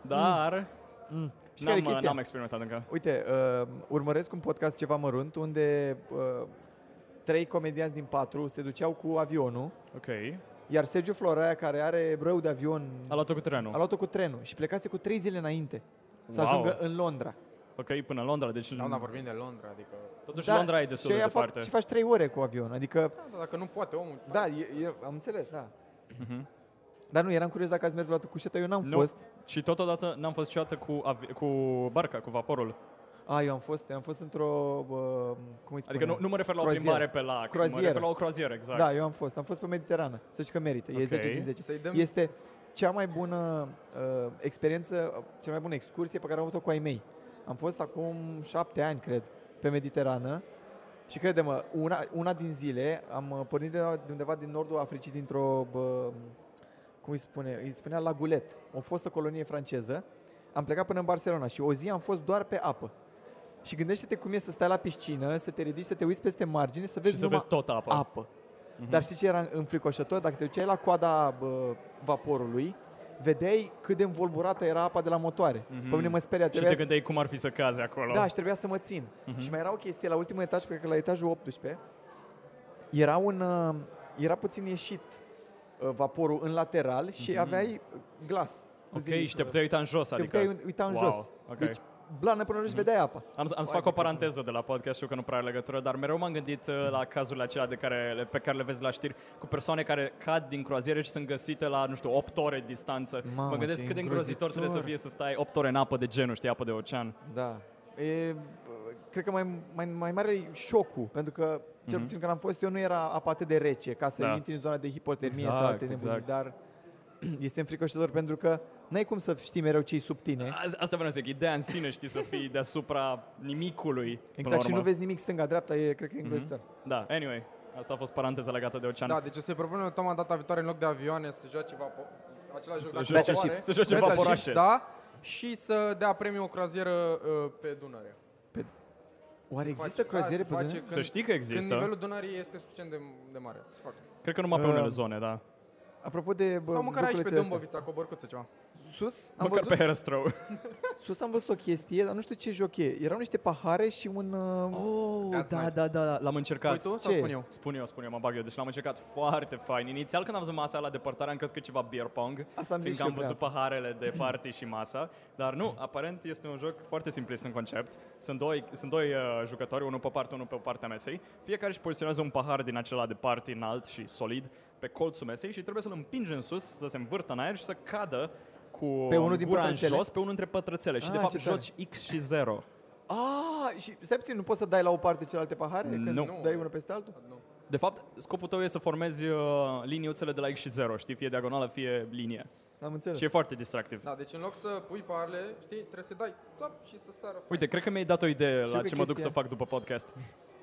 [SPEAKER 3] Dar
[SPEAKER 2] Mm. Știi care e
[SPEAKER 3] n-am, uh,
[SPEAKER 2] chestia?
[SPEAKER 3] n-am experimentat încă.
[SPEAKER 2] Uite, uh, urmăresc un podcast ceva mărunt unde uh, trei comedianți din patru se duceau cu avionul,
[SPEAKER 3] Ok.
[SPEAKER 2] iar Sergiu Floraia, care are rău de avion,
[SPEAKER 3] A luat-o cu trenul.
[SPEAKER 2] a luat-o cu trenul și plecase cu trei zile înainte să
[SPEAKER 3] Wow.
[SPEAKER 2] ajungă în Londra.
[SPEAKER 3] Ok, până Londra, deci
[SPEAKER 1] Da, dar vorbim de Londra, adică...
[SPEAKER 3] totuși
[SPEAKER 2] Da,
[SPEAKER 3] Londra e destul
[SPEAKER 2] și
[SPEAKER 3] de
[SPEAKER 2] aia fac-
[SPEAKER 3] departe.
[SPEAKER 2] Și faci trei ore cu avion, adică,
[SPEAKER 1] Da, dar dacă nu poate omul...
[SPEAKER 2] da, e, e, am înțeles, da.
[SPEAKER 3] Mhm.
[SPEAKER 2] Dar nu, eram curios dacă ați mers vreodată cu șeta, eu n-am
[SPEAKER 3] Nu.
[SPEAKER 2] fost.
[SPEAKER 3] Și totodată n-am fost niciodată cu, avi- cu barca, cu vaporul.
[SPEAKER 2] A, eu am fost, am fost într-o, uh, cum îi spune?
[SPEAKER 3] Adică nu, nu mă refer la o
[SPEAKER 2] Croazieră.
[SPEAKER 3] plimbare pe lac,
[SPEAKER 2] Croazieră.
[SPEAKER 3] mă refer la o croazieră, exact.
[SPEAKER 2] Da, eu am fost, am fost pe Mediterană, să zici că merită, e
[SPEAKER 3] Ok.
[SPEAKER 2] 10 din 10.
[SPEAKER 1] Să-i dăm...
[SPEAKER 2] Deci, Este cea mai bună uh, experiență, uh, cea mai bună excursie pe care am avut-o cu ai mei. Am fost acum șapte ani, cred, pe Mediterană și crede-mă, una, una din zile am uh, pornit de, la- de undeva din nordul Africii, dintr-o, bă, cum îi spune, îi spunea Lagulet, o fostă colonie franceză. Am plecat până în Barcelona și o zi am fost doar pe apă. Și gândește-te cum e să stai la piscină, să te ridici, să te uiți peste margine, să vezi
[SPEAKER 3] și să
[SPEAKER 2] numai
[SPEAKER 3] vezi tot apa.
[SPEAKER 2] apă.
[SPEAKER 3] Mhm.
[SPEAKER 2] Dar știi ce era înfricoșător? Dacă te duceai la coada bă, vaporului, vedeai cât de învolburată era apa de la motoare.
[SPEAKER 3] Mhm.
[SPEAKER 2] Pe mine mă speria.
[SPEAKER 3] Și
[SPEAKER 2] Trebuia...
[SPEAKER 3] te gândeai Mhm. cum ar fi să cazi acolo.
[SPEAKER 2] da, și trebuia să mă țin. Și mai era o chestie la ultimul etaj, cred că la etajul 18, era un... uh, Era puțin ieșit uh, vaporul în lateral și aveai glas.
[SPEAKER 3] Mhm. ok,
[SPEAKER 2] Zic,
[SPEAKER 3] și te puteai uita în jos,
[SPEAKER 2] te
[SPEAKER 3] adică.
[SPEAKER 2] puteai uita în
[SPEAKER 3] wow,
[SPEAKER 2] jos.
[SPEAKER 3] ok. Mhm.
[SPEAKER 2] Deci, blană până jos și vedeai apa.
[SPEAKER 3] am, am să
[SPEAKER 2] Hai,
[SPEAKER 3] fac o
[SPEAKER 2] că-
[SPEAKER 3] paranteză de la podcast, știu că nu prea are legătură, dar mereu m-am gândit uh, la cazurile acelea de care, le- pe care le vezi la știri cu persoane care cad din croaziere și sunt găsite la, nu știu, 8 ore distanță.
[SPEAKER 2] Mamă,
[SPEAKER 3] mă gândesc
[SPEAKER 2] ce
[SPEAKER 3] cât de îngrozitor trebuie să
[SPEAKER 2] îngrozitor.
[SPEAKER 3] fie să stai 8 ore în apă de genul, știi, apă de ocean.
[SPEAKER 2] Da. E, bă, cred că mai, mai, mai mare e șocul, pentru că cel puțin când am fost eu nu era apă atât de rece ca să
[SPEAKER 3] Mhm. Da.
[SPEAKER 2] intri în zona de hipotermie
[SPEAKER 3] Exact,
[SPEAKER 2] sau alte nebunii,
[SPEAKER 3] exact.
[SPEAKER 2] dar este înfricoșător pentru că n-ai cum să știi mereu ce sub tine.
[SPEAKER 3] A- Asta vreau să zic, ideea în sine, știi, să fii deasupra nimicului. până la
[SPEAKER 2] Exact, și
[SPEAKER 3] urmă.
[SPEAKER 2] nu vezi nimic stânga-dreapta, e, cred că e îngrozitor.
[SPEAKER 3] Da, anyway, asta a fost paranteza legată de ocean.
[SPEAKER 1] Da, deci o să-i propunem Toma data viitoare în loc de avioane să joace vapo... același joc
[SPEAKER 3] Să
[SPEAKER 1] la
[SPEAKER 3] joace
[SPEAKER 1] vapoare.
[SPEAKER 3] chips, să joace
[SPEAKER 1] Battle
[SPEAKER 3] vaporașe.
[SPEAKER 1] Ships, Da, și să dea premiu o croazieră uh, pe Dunăre.
[SPEAKER 2] Oare
[SPEAKER 1] Face-
[SPEAKER 2] există croaziere
[SPEAKER 1] da, se
[SPEAKER 2] pe
[SPEAKER 1] face
[SPEAKER 2] Dunăre?
[SPEAKER 1] când-
[SPEAKER 3] Să știi că
[SPEAKER 1] Când
[SPEAKER 3] există.
[SPEAKER 1] nivelul Dunării este suficient de, de mare. Se fac.
[SPEAKER 3] Cred că numai pe unele
[SPEAKER 2] Uh,
[SPEAKER 3] zone, da.
[SPEAKER 2] Apropo de bă,
[SPEAKER 1] Sau măcar aici pe
[SPEAKER 2] joculețele astea.
[SPEAKER 1] Dâmbovița, cu o bărcuță ceva.
[SPEAKER 2] Sus am,
[SPEAKER 3] Măcar
[SPEAKER 2] văzut, da,
[SPEAKER 3] pe Herăstrău.
[SPEAKER 2] sus am văzut o chestie, dar nu știu ce joc e. Erau niște pahare și un... Uh,
[SPEAKER 3] Oh,
[SPEAKER 1] That's da, nice.
[SPEAKER 3] da, da, l-am
[SPEAKER 1] Spui
[SPEAKER 3] încercat.
[SPEAKER 1] tu sau
[SPEAKER 2] Ce?
[SPEAKER 1] spun eu?
[SPEAKER 3] Spun eu, spun eu, mă bag eu. Deci l-am încercat foarte fain. Inițial când am văzut masa la depărtare am crezut că e ceva beer pong.
[SPEAKER 2] Asta am zis și
[SPEAKER 3] fiindcă
[SPEAKER 2] eu. da.
[SPEAKER 3] am
[SPEAKER 2] prea.
[SPEAKER 3] văzut paharele de party și masa, dar nu, aparent este un joc foarte simplist în concept. Sunt doi, sunt doi uh, jucători, unul pe parte, unul pe partea mesei. Fiecare își poziționează un pahar din acela de party înalt și solid pe colțul mesei și trebuie să-l împingi în sus, să se învârtă în aer și să cadă cu
[SPEAKER 2] Pe unul din
[SPEAKER 3] gura în
[SPEAKER 2] pătrățele?
[SPEAKER 3] jos, pe unul dintre pătrățele. Și
[SPEAKER 2] Ah,
[SPEAKER 3] de fapt
[SPEAKER 2] ce tare.
[SPEAKER 3] joci X și 0.
[SPEAKER 2] Ah, și stai puțin, nu poți să dai la o parte celelalte pahare?
[SPEAKER 3] Nu.
[SPEAKER 2] Când dai unul peste altul?
[SPEAKER 1] Nu.
[SPEAKER 3] De fapt, scopul tău e să formezi uh, liniuțele de la X și 0, știi? Fie diagonală, fie linie.
[SPEAKER 2] Am înțeles.
[SPEAKER 3] Și e foarte distractiv.
[SPEAKER 1] Da, deci în loc să pui parle, știi, trebuie să dai top și să sară.
[SPEAKER 3] Uite, cred că mi-ai dat o idee
[SPEAKER 2] Știu
[SPEAKER 3] la
[SPEAKER 2] că
[SPEAKER 3] ce mă duc să
[SPEAKER 2] chestia-
[SPEAKER 3] fac după podcast.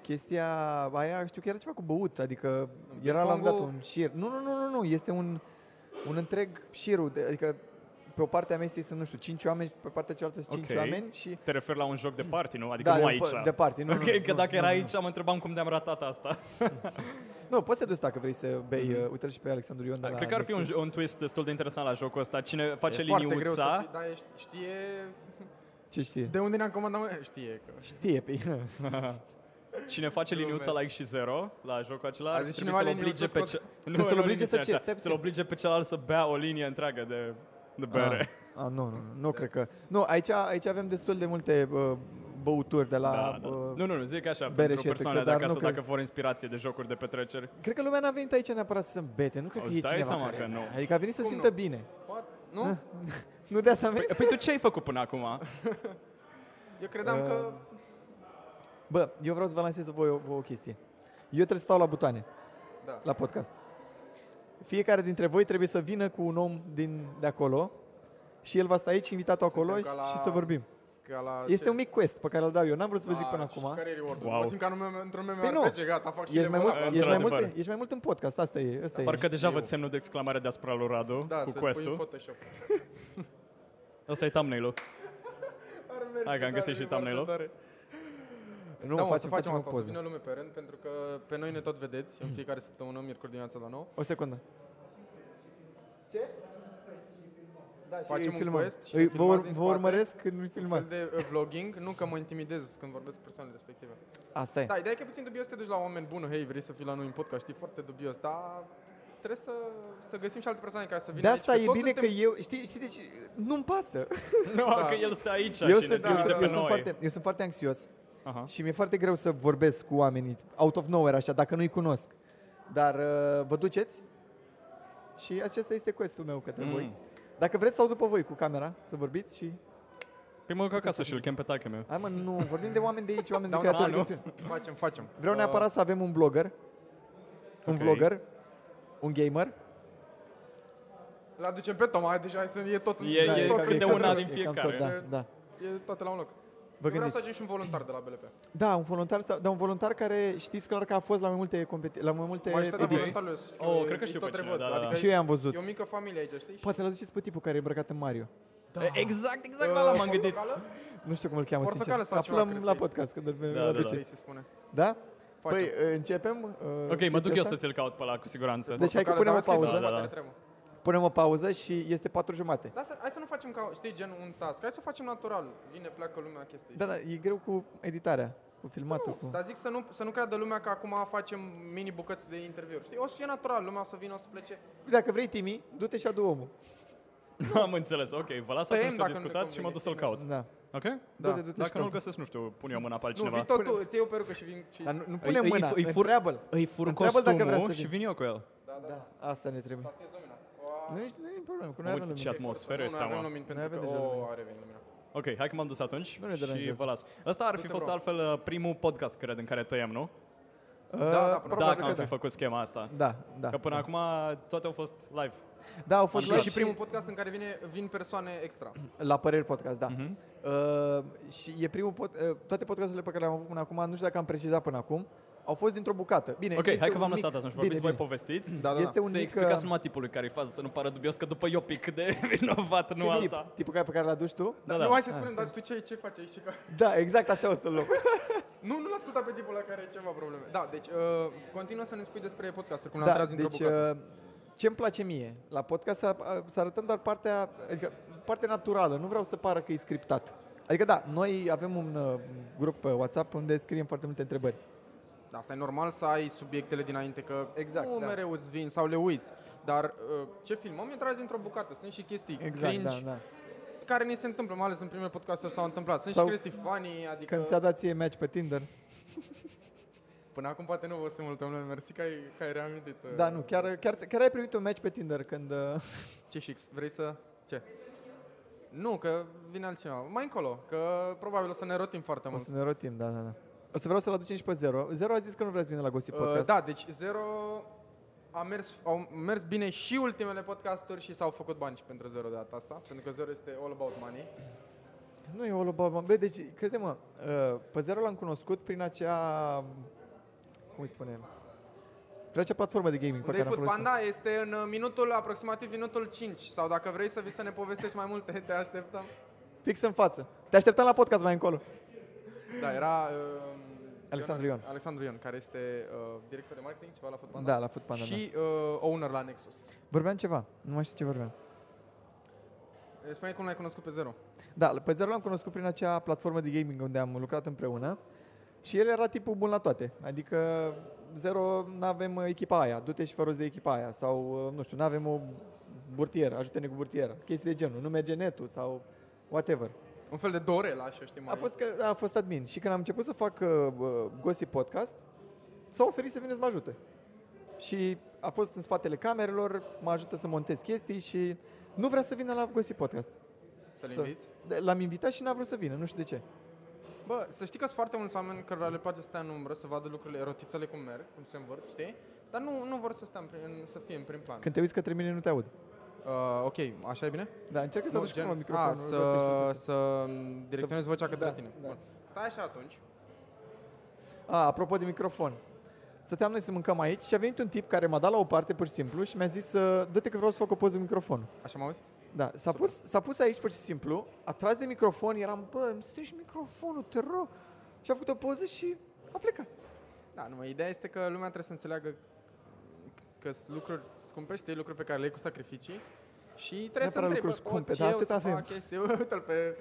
[SPEAKER 2] Chestia aia, știu că era ceva cu băut, adică era la un dat
[SPEAKER 1] pong-ul-
[SPEAKER 2] un șir. Nu, nu, nu, nu, nu, este un, un întreg șirul, de, adică pe o parte a mesei sunt, nu știu, 5 oameni, pe partea cealaltă sunt 5
[SPEAKER 3] Ok.
[SPEAKER 2] oameni și... Da,
[SPEAKER 3] Te referi la un joc de party, nu? Adică nu
[SPEAKER 2] de-
[SPEAKER 3] aici.
[SPEAKER 2] De party, nu,
[SPEAKER 3] ok,
[SPEAKER 2] nu, nu,
[SPEAKER 3] că
[SPEAKER 2] nu,
[SPEAKER 3] dacă
[SPEAKER 2] nu,
[SPEAKER 3] era
[SPEAKER 2] nu.
[SPEAKER 3] aici, mă întrebam cum de-am ratat asta.
[SPEAKER 2] Nu, poți să te duci dacă vrei să bei, uh, uite-l și pe Alexandru Ion de la
[SPEAKER 3] Mhm. Da, Cred că ar fi un,
[SPEAKER 2] Nexus.
[SPEAKER 3] un twist destul de interesant la jocul ăsta. Cine face
[SPEAKER 1] E foarte greu să
[SPEAKER 3] liniuța,
[SPEAKER 1] fii, dar ești- știe
[SPEAKER 2] Ce știe?
[SPEAKER 1] de unde ne-am comandat, mă, știe că...
[SPEAKER 2] Știe pe el.
[SPEAKER 3] cine face liniuța
[SPEAKER 1] Glumesc.
[SPEAKER 3] like și zero la jocul acela,
[SPEAKER 1] A
[SPEAKER 3] ar
[SPEAKER 1] zis
[SPEAKER 3] trebui
[SPEAKER 1] cineva
[SPEAKER 3] să-l
[SPEAKER 1] liniuță
[SPEAKER 3] oblige pe
[SPEAKER 1] scot-
[SPEAKER 3] ce... Nu,
[SPEAKER 2] să-l
[SPEAKER 3] nu,
[SPEAKER 2] oblige
[SPEAKER 3] nu
[SPEAKER 2] să
[SPEAKER 3] zice
[SPEAKER 2] ce?
[SPEAKER 3] așa.
[SPEAKER 2] Stai
[SPEAKER 3] Să-l
[SPEAKER 2] puțin.
[SPEAKER 3] oblige pe celălalt să bea o linie întreagă de, de bere.
[SPEAKER 2] Ah, nu, nu, nu cred că. Nu, aici, aici avem destul de multe uh, băuturi de la...
[SPEAKER 3] Da, da.
[SPEAKER 2] uh,
[SPEAKER 3] Nu, nu, nu, zic așa,
[SPEAKER 2] bere
[SPEAKER 3] pentru
[SPEAKER 2] și etică,
[SPEAKER 3] persoanele de
[SPEAKER 2] dar nu
[SPEAKER 3] acasă,
[SPEAKER 2] cred-
[SPEAKER 3] dacă vor inspirație de jocuri de petreceri.
[SPEAKER 2] Cred că lumea n-a venit aici neapărat să se îmbete, nu cred
[SPEAKER 3] O,
[SPEAKER 2] că e
[SPEAKER 3] îți dai
[SPEAKER 2] cineva
[SPEAKER 3] seama
[SPEAKER 2] care...
[SPEAKER 3] că nu.
[SPEAKER 2] Adică a venit să
[SPEAKER 1] Cum
[SPEAKER 2] simtă
[SPEAKER 1] nu?
[SPEAKER 2] bine.
[SPEAKER 1] What?
[SPEAKER 2] Ah.
[SPEAKER 1] Nu?
[SPEAKER 2] Nu de asta am venit.
[SPEAKER 3] Păi, păi tu ce ai făcut până acum?
[SPEAKER 1] Eu
[SPEAKER 2] Uh.
[SPEAKER 1] credeam că...
[SPEAKER 2] Bă, eu vreau să vă lansez voi o, voi o chestie. Eu trebuie să stau la butoane,
[SPEAKER 1] Da.
[SPEAKER 2] la podcast. Fiecare dintre voi trebuie să vină cu un om din de acolo și el va sta aici, invitatul
[SPEAKER 1] Suntem
[SPEAKER 2] acolo
[SPEAKER 1] ca la-
[SPEAKER 2] și să vorbim.
[SPEAKER 1] Ca la
[SPEAKER 2] Este
[SPEAKER 1] ce?
[SPEAKER 2] un mic quest pe care îl dau eu. N-am vrut să vă
[SPEAKER 1] Da,
[SPEAKER 2] zic până
[SPEAKER 1] și
[SPEAKER 2] acum.
[SPEAKER 1] Care e reward-ul?
[SPEAKER 3] Wow.
[SPEAKER 1] Mă simt ca nume, într-un meme
[SPEAKER 2] Păi nu.
[SPEAKER 1] RPG, gata, fac și
[SPEAKER 2] Ești mai, mult,
[SPEAKER 1] level-up.
[SPEAKER 3] acolo.
[SPEAKER 2] ești, mai mult,
[SPEAKER 3] Într-adevăr.
[SPEAKER 2] ești mai mult în podcast, asta e. Asta
[SPEAKER 3] Parcă
[SPEAKER 2] e.
[SPEAKER 3] deja
[SPEAKER 1] eu.
[SPEAKER 3] văd semnul de exclamare deasupra lui Radu
[SPEAKER 1] Da,
[SPEAKER 3] cu
[SPEAKER 1] să pui
[SPEAKER 3] questul.
[SPEAKER 1] Photoshop.
[SPEAKER 3] Ăsta e thumbnail-ul. Hai că am găsit și thumbnail-ul.
[SPEAKER 2] Nu,
[SPEAKER 1] da, mă, o să
[SPEAKER 2] facem,
[SPEAKER 1] facem
[SPEAKER 2] facem o
[SPEAKER 1] asta, o să
[SPEAKER 2] poză.
[SPEAKER 1] vină lume pe rând, pentru că pe noi ne tot vedeți în fiecare săptămână, miercuri dimineața la 9.
[SPEAKER 2] O secundă. Ce? Da, și
[SPEAKER 1] Facem
[SPEAKER 2] îi
[SPEAKER 1] un
[SPEAKER 2] filmăm.
[SPEAKER 1] quest și
[SPEAKER 2] Îi-
[SPEAKER 1] îl
[SPEAKER 2] vă,
[SPEAKER 1] filmați
[SPEAKER 2] ur-
[SPEAKER 1] din
[SPEAKER 2] vă
[SPEAKER 1] spate.
[SPEAKER 2] urmăresc când îl
[SPEAKER 1] Un fel
[SPEAKER 2] filmați.
[SPEAKER 1] de uh, vlogging, nu că mă intimidez când vorbesc cu persoanele respective.
[SPEAKER 2] Asta e.
[SPEAKER 1] Da, ideea e că e puțin dubios să te duci la oameni buni, hei, vrei să fii la noi în podcast, știi, foarte dubios, dar trebuie să, să găsim și alte persoane care să vină
[SPEAKER 2] De asta
[SPEAKER 1] aici, că
[SPEAKER 2] e
[SPEAKER 1] toți
[SPEAKER 2] bine că
[SPEAKER 1] deci suntem-
[SPEAKER 2] eu, știi, știi, deci nu-mi pasă.
[SPEAKER 3] Nu,
[SPEAKER 1] Da.
[SPEAKER 3] că el stă aici
[SPEAKER 2] eu,
[SPEAKER 3] și ne
[SPEAKER 2] sunt, eu,
[SPEAKER 3] trimite
[SPEAKER 2] sunt,
[SPEAKER 3] pe
[SPEAKER 2] eu, sunt
[SPEAKER 3] noi.
[SPEAKER 2] foarte, eu sunt foarte anxios
[SPEAKER 3] Aha.
[SPEAKER 2] și mi-e foarte greu să vorbesc cu oamenii out of nowhere așa, dacă nu-i cunosc. Dar uh, vă duceți și acesta este quest-ul meu către
[SPEAKER 3] Mm.
[SPEAKER 2] voi. Dacă vreți stau după voi cu camera să vorbiți și...
[SPEAKER 3] Păi mă duc acasă și îl chem pe taică meu.
[SPEAKER 2] Hai mă, nu, vorbim de oameni de aici, oameni de
[SPEAKER 1] Da,
[SPEAKER 2] creatori de
[SPEAKER 3] da, nu.
[SPEAKER 2] conținut.
[SPEAKER 1] Facem, facem. Uh,
[SPEAKER 2] Vreau neapărat să avem un blogger, un
[SPEAKER 3] Da. ok.
[SPEAKER 2] vlogger, un gamer.
[SPEAKER 1] Îl aducem pe Toma, deja să- e tot.
[SPEAKER 3] E- e
[SPEAKER 1] tot
[SPEAKER 2] cam-
[SPEAKER 3] câte
[SPEAKER 2] cam
[SPEAKER 1] tot-
[SPEAKER 3] una
[SPEAKER 2] tot,
[SPEAKER 3] din
[SPEAKER 2] e cam
[SPEAKER 3] fiecare.
[SPEAKER 2] Tot, da, da.
[SPEAKER 1] E toate la un loc.
[SPEAKER 2] Vă
[SPEAKER 1] Eu vreau să
[SPEAKER 2] gândiți.
[SPEAKER 1] ajung și un voluntar de la BLP.
[SPEAKER 2] Da, un voluntar, sau- dar un voluntar care știți clar că a fost la mai multe, competi- la mai multe
[SPEAKER 1] Majoritatea
[SPEAKER 2] ediții.
[SPEAKER 1] voluntarilor știu,
[SPEAKER 3] Oh,
[SPEAKER 1] e-
[SPEAKER 3] cred că
[SPEAKER 1] e
[SPEAKER 3] știu
[SPEAKER 1] tot
[SPEAKER 3] pe cine,
[SPEAKER 1] revăd,
[SPEAKER 3] da, da, da.
[SPEAKER 1] adică
[SPEAKER 2] Și eu i-am văzut.
[SPEAKER 1] E o mică familie aici, știi?
[SPEAKER 2] Poate îl aduceți pe tipul care e îmbrăcat în Mario.
[SPEAKER 3] Da. Exact, exact la la m-am gândit.
[SPEAKER 2] Nu știu cum îl cheamă,
[SPEAKER 1] Portocală
[SPEAKER 2] sincer.
[SPEAKER 1] sau ceva,
[SPEAKER 2] Aflăm
[SPEAKER 1] cred
[SPEAKER 2] la
[SPEAKER 1] că este.
[SPEAKER 2] podcast când îl
[SPEAKER 3] Da,
[SPEAKER 2] da,
[SPEAKER 3] da,
[SPEAKER 1] Da,
[SPEAKER 2] aduceți.
[SPEAKER 1] se spune.
[SPEAKER 2] Da?
[SPEAKER 1] Facem.
[SPEAKER 2] Păi, începem. uh,
[SPEAKER 3] Ok, mă
[SPEAKER 2] chestia
[SPEAKER 3] duc eu
[SPEAKER 2] asta?
[SPEAKER 3] să-ți-l caut pe ăla cu siguranță.
[SPEAKER 2] Deci hai că
[SPEAKER 1] Portocală,
[SPEAKER 2] punem
[SPEAKER 1] da,
[SPEAKER 2] o
[SPEAKER 1] scris în
[SPEAKER 2] pauză.
[SPEAKER 3] Da, da,
[SPEAKER 1] spatele,
[SPEAKER 3] da.
[SPEAKER 1] tremur.
[SPEAKER 2] Punem o pauză și este patru jumate.
[SPEAKER 1] Dar să, hai să nu facem ca, știi, gen un task. Hai să o facem natural. Vine, pleacă lumea chestii.
[SPEAKER 2] Da, da, e greu cu editarea, cu filmatul. Cu...
[SPEAKER 1] Dar zic să nu, să nu creadă lumea că acum facem mini bucăți de interviuri. Știi, o să fie natural, lumea o să vină, o să plece.
[SPEAKER 2] Dacă vrei, Timi, du-te și adu omul.
[SPEAKER 3] Am înțeles, ok, vă las
[SPEAKER 1] Tăiem
[SPEAKER 3] atunci să
[SPEAKER 1] dacă nu ne
[SPEAKER 3] discutați și mă duc să-l
[SPEAKER 1] convine.
[SPEAKER 3] caut.
[SPEAKER 2] Da.
[SPEAKER 3] Ok?
[SPEAKER 2] Da.
[SPEAKER 3] Du-te, du-te
[SPEAKER 2] și
[SPEAKER 3] Dacă nu-l
[SPEAKER 2] caut.
[SPEAKER 3] găsesc, nu știu, pun eu mâna pe
[SPEAKER 1] Nu, vii
[SPEAKER 3] altcineva.
[SPEAKER 1] tot tu, îți iei o perucă și vin. Și...
[SPEAKER 2] Dar nu, nu
[SPEAKER 3] Îi-
[SPEAKER 2] pune
[SPEAKER 3] îi-
[SPEAKER 2] mâna,
[SPEAKER 3] îi
[SPEAKER 2] îi,
[SPEAKER 3] fur-
[SPEAKER 2] întreabă-l.
[SPEAKER 3] Îi fur
[SPEAKER 2] Întreabă-l dacă vrea să
[SPEAKER 3] costumul și
[SPEAKER 2] vin.
[SPEAKER 3] vin eu cu el.
[SPEAKER 1] Da, da, da.
[SPEAKER 2] Da, asta ne
[SPEAKER 1] S-a
[SPEAKER 2] trebuie.
[SPEAKER 1] stins lumina. Oa,
[SPEAKER 2] Nu, ești- nu e problemă, că nu
[SPEAKER 3] Mă
[SPEAKER 2] avem
[SPEAKER 3] uit ce
[SPEAKER 2] lumină.
[SPEAKER 3] atmosferă este,
[SPEAKER 1] Nu avem
[SPEAKER 3] mă.
[SPEAKER 1] lumini
[SPEAKER 2] Noi
[SPEAKER 1] pentru că... Oh,
[SPEAKER 2] avem
[SPEAKER 1] O,
[SPEAKER 2] deja lumini.
[SPEAKER 1] a revenit lumina.
[SPEAKER 3] Ok, hai că m-am dus atunci
[SPEAKER 2] Nu ne
[SPEAKER 3] și
[SPEAKER 2] deranjează.
[SPEAKER 3] vă las. Ăsta ar fi
[SPEAKER 1] Du-te,
[SPEAKER 3] fost
[SPEAKER 1] bro.
[SPEAKER 3] altfel uh, primul podcast, cred, în care tăiem, nu?
[SPEAKER 1] da,
[SPEAKER 2] Uh,
[SPEAKER 1] până acum
[SPEAKER 2] probabil
[SPEAKER 3] Dacă am
[SPEAKER 2] că
[SPEAKER 3] fi făcut schema asta.
[SPEAKER 2] da. Da,
[SPEAKER 3] Că
[SPEAKER 2] da.
[SPEAKER 3] până acum toate au fost live.
[SPEAKER 2] Da, au fost
[SPEAKER 1] Și,
[SPEAKER 2] live
[SPEAKER 1] și primul podcast în care vine, vin persoane extra.
[SPEAKER 2] La păreri podcast,
[SPEAKER 3] Mhm.
[SPEAKER 2] da. Uh, și e primul pod, uh, toate podcasturile pe care le-am avut până acum, nu știu dacă am precizat până acum, au fost dintr-o bucată. Bine,
[SPEAKER 3] Ok,
[SPEAKER 2] este
[SPEAKER 3] hai că
[SPEAKER 2] un
[SPEAKER 3] v-am
[SPEAKER 2] mic-
[SPEAKER 3] lăsat atunci.
[SPEAKER 2] bine,
[SPEAKER 3] Vorbiți voi,
[SPEAKER 2] bine.
[SPEAKER 3] povestiți.
[SPEAKER 1] Da, da, da.
[SPEAKER 2] Este un
[SPEAKER 3] Să
[SPEAKER 2] mic, uh,
[SPEAKER 3] explicați numai tipului care e fază, să nu pară dubios că după eu pic cât de vinovat, nu
[SPEAKER 2] ce tip?
[SPEAKER 3] alta.
[SPEAKER 2] Tipul care pe care l-a dus tu?
[SPEAKER 3] Da,
[SPEAKER 1] Nu,
[SPEAKER 3] da.
[SPEAKER 1] hai să spunem, dar tu ce, ce faci aici? Că-
[SPEAKER 2] Da, exact așa o să luăm.
[SPEAKER 1] Nu, nu-l asculta pe tipul ăla care are ceva probleme. Da, deci uh, continuă să ne spui despre podcasturi, cum l-am
[SPEAKER 2] da,
[SPEAKER 1] tras dintr-o
[SPEAKER 2] deci
[SPEAKER 1] bucată.
[SPEAKER 2] uh, ce îmi place mie la podcast să, uh, să arătăm doar partea, adică partea naturală, nu vreau să pară că e scriptat. Adică da, noi avem un uh, grup pe WhatsApp unde scriem foarte multe întrebări.
[SPEAKER 1] Da, Asta e normal să ai subiectele dinainte, că
[SPEAKER 2] uh, Exact,
[SPEAKER 1] nu
[SPEAKER 2] da.
[SPEAKER 1] mereu îți vin sau le uiți. Dar uh, ce filmăm e tras dintr-o bucată. Sunt și chestii
[SPEAKER 2] Exact,
[SPEAKER 1] cringe
[SPEAKER 2] da, da.
[SPEAKER 1] care ni se întâmplă, mai ales în primele podcasturi s-au întâmplat. Sunt
[SPEAKER 2] Sau
[SPEAKER 1] și chestii funny, adică...
[SPEAKER 2] Când ți-a dat ție match pe Tinder.
[SPEAKER 1] Până acum poate nu vă sunt multă lume, mersi că ai, că ai reamintit. uh,
[SPEAKER 2] Da, nu, chiar, chiar, chiar ai primit un match pe Tinder când... Uh,
[SPEAKER 1] Ce șix? Vrei să... Ce? Nu, că vine altcineva. Mai încolo, că probabil o să ne rotim foarte
[SPEAKER 2] O
[SPEAKER 1] mult.
[SPEAKER 2] să ne rotim, da, da, da. O să vreau să-l aducem și pe Zero. Zero a zis că nu vrea să vină la Gossip
[SPEAKER 1] Uh,
[SPEAKER 2] Podcast.
[SPEAKER 1] da, deci zero... a mers, au mers bine și ultimele podcasturi și s-au făcut bani și pentru zero de data asta, pentru că zero este all about money.
[SPEAKER 2] Nu e o lobă, bă, deci, crede-mă, uh, pe Zero l-am cunoscut prin acea, cum îi spunem, prin acea platformă de gaming pe
[SPEAKER 1] Unde
[SPEAKER 2] care am
[SPEAKER 1] Food
[SPEAKER 2] folosit
[SPEAKER 1] Panda este în uh, minutul, aproximativ minutul 5 sau dacă vrei să vii să ne povestești mai multe, te așteptăm.
[SPEAKER 2] Fix în față. Te așteptam la podcast mai încolo.
[SPEAKER 1] Da, era uh,
[SPEAKER 2] Alexandru Ion.
[SPEAKER 1] Alexandru Ion, care este uh, director de marketing, ceva la Food Panda.
[SPEAKER 2] Da, la Food Panda, da.
[SPEAKER 1] și uh, owner la Nexus.
[SPEAKER 2] Vorbeam ceva, nu mai știu ce vorbeam.
[SPEAKER 1] Spune cum l-ai cunoscut pe Zero.
[SPEAKER 2] Da, pe Zero l-am cunoscut prin acea platformă de gaming unde am lucrat împreună și el era tipul bun la toate. Adică Zero, nu avem echipa aia, du-te și fă rost de echipa aia sau, uh, nu știu, nu avem o burtieră, ajută-ne cu burtiera, chestii de genul, nu merge netul sau whatever.
[SPEAKER 1] Un fel de Dorela, așa știi mai.
[SPEAKER 2] A fost, că, a fost admin și când am început să fac uh, uh, Gossip Podcast, s-a oferit să vină să mă ajute. Și a fost în spatele camerelor, mă ajută să montez chestii și nu vrea să vină la Gossip Podcast.
[SPEAKER 1] să-l
[SPEAKER 2] să-
[SPEAKER 1] inviți.
[SPEAKER 2] De- L-am invitat și n-a vrut să vină, nu știu de ce.
[SPEAKER 1] Bă, să știi că sunt foarte mulți oameni care le place să stea în umbră, să vadă lucrurile, rotițele cum merg, cum se învârt, știi? Dar nu, nu vor să stea în prim, să fie în prim plan.
[SPEAKER 2] Când te uiți către mine, nu te aud.
[SPEAKER 1] Uh, ok, așa e bine?
[SPEAKER 2] Da, încearcă să
[SPEAKER 1] Nu,
[SPEAKER 2] aduci
[SPEAKER 1] gen-
[SPEAKER 2] cumva microfonul.
[SPEAKER 1] A,
[SPEAKER 2] rotește-l
[SPEAKER 1] să,
[SPEAKER 2] puțin.
[SPEAKER 1] să direcționezi vocea către
[SPEAKER 2] da,
[SPEAKER 1] tine.
[SPEAKER 2] da.
[SPEAKER 1] Bun. Stai așa atunci.
[SPEAKER 2] A, apropo de microfon. Stăteam noi să mâncăm aici și a venit un tip care m-a dat la o parte pur și simplu și mi-a zis uh, dă-te că vreau să fac o poză cu microfonul.
[SPEAKER 1] Așa mă auzi?
[SPEAKER 2] Da, s-a
[SPEAKER 1] Super.
[SPEAKER 2] pus, s-a pus aici pur și simplu, a tras de microfon, eram, bă, îmi strângi microfonul, te rog. Și a făcut o poză și a plecat.
[SPEAKER 1] Da, numai ideea este că lumea trebuie să înțeleagă că sunt lucruri scumpe, știi, lucruri pe care le iei cu sacrificii și trebuie să
[SPEAKER 2] Neapărat
[SPEAKER 1] întrebi,
[SPEAKER 2] lucruri
[SPEAKER 1] bă, pot
[SPEAKER 2] scumpe,
[SPEAKER 1] și
[SPEAKER 2] dar
[SPEAKER 1] eu
[SPEAKER 2] atât
[SPEAKER 1] să
[SPEAKER 2] avem.
[SPEAKER 1] fac chestii. Uite-l pe,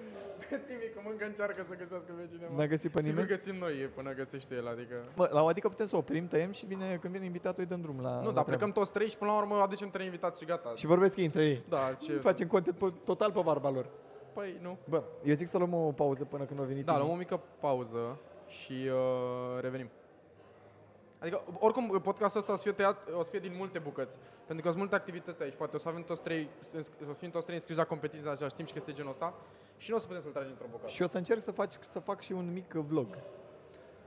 [SPEAKER 1] pe Timi cum încă încearcă să găsească pe cineva.
[SPEAKER 2] N-a găsit pe
[SPEAKER 1] Sigur
[SPEAKER 2] nimeni?
[SPEAKER 1] găsim noi până găsește el, adică...
[SPEAKER 2] Mă, la o adică putem să oprim, tăiem și vine, când vine invitatul îi dăm drum la
[SPEAKER 1] Nu,
[SPEAKER 2] la
[SPEAKER 1] dar
[SPEAKER 2] treabă.
[SPEAKER 1] plecăm toți trei și până la urmă aducem trei invitați și gata.
[SPEAKER 2] Și vorbesc ei între ei.
[SPEAKER 1] Da, ce...
[SPEAKER 2] Facem content pe, total pe barba lor.
[SPEAKER 1] Păi, nu.
[SPEAKER 2] Bă, eu zic să luăm o pauză până când o venit.
[SPEAKER 1] Da, luăm o mică pauză și uh, revenim. Adică, oricum, podcastul ăsta o să fie tăiat, o să fie din multe bucăți. Pentru că sunt multe activități aici. Poate o să avem toți trei, o să fim toți trei înscriși la competiții în același timp și chestii de genul ăsta. Și nu o să putem să-l tragem într-o bucată.
[SPEAKER 2] Și o să încerc să, faci, să fac și un mic vlog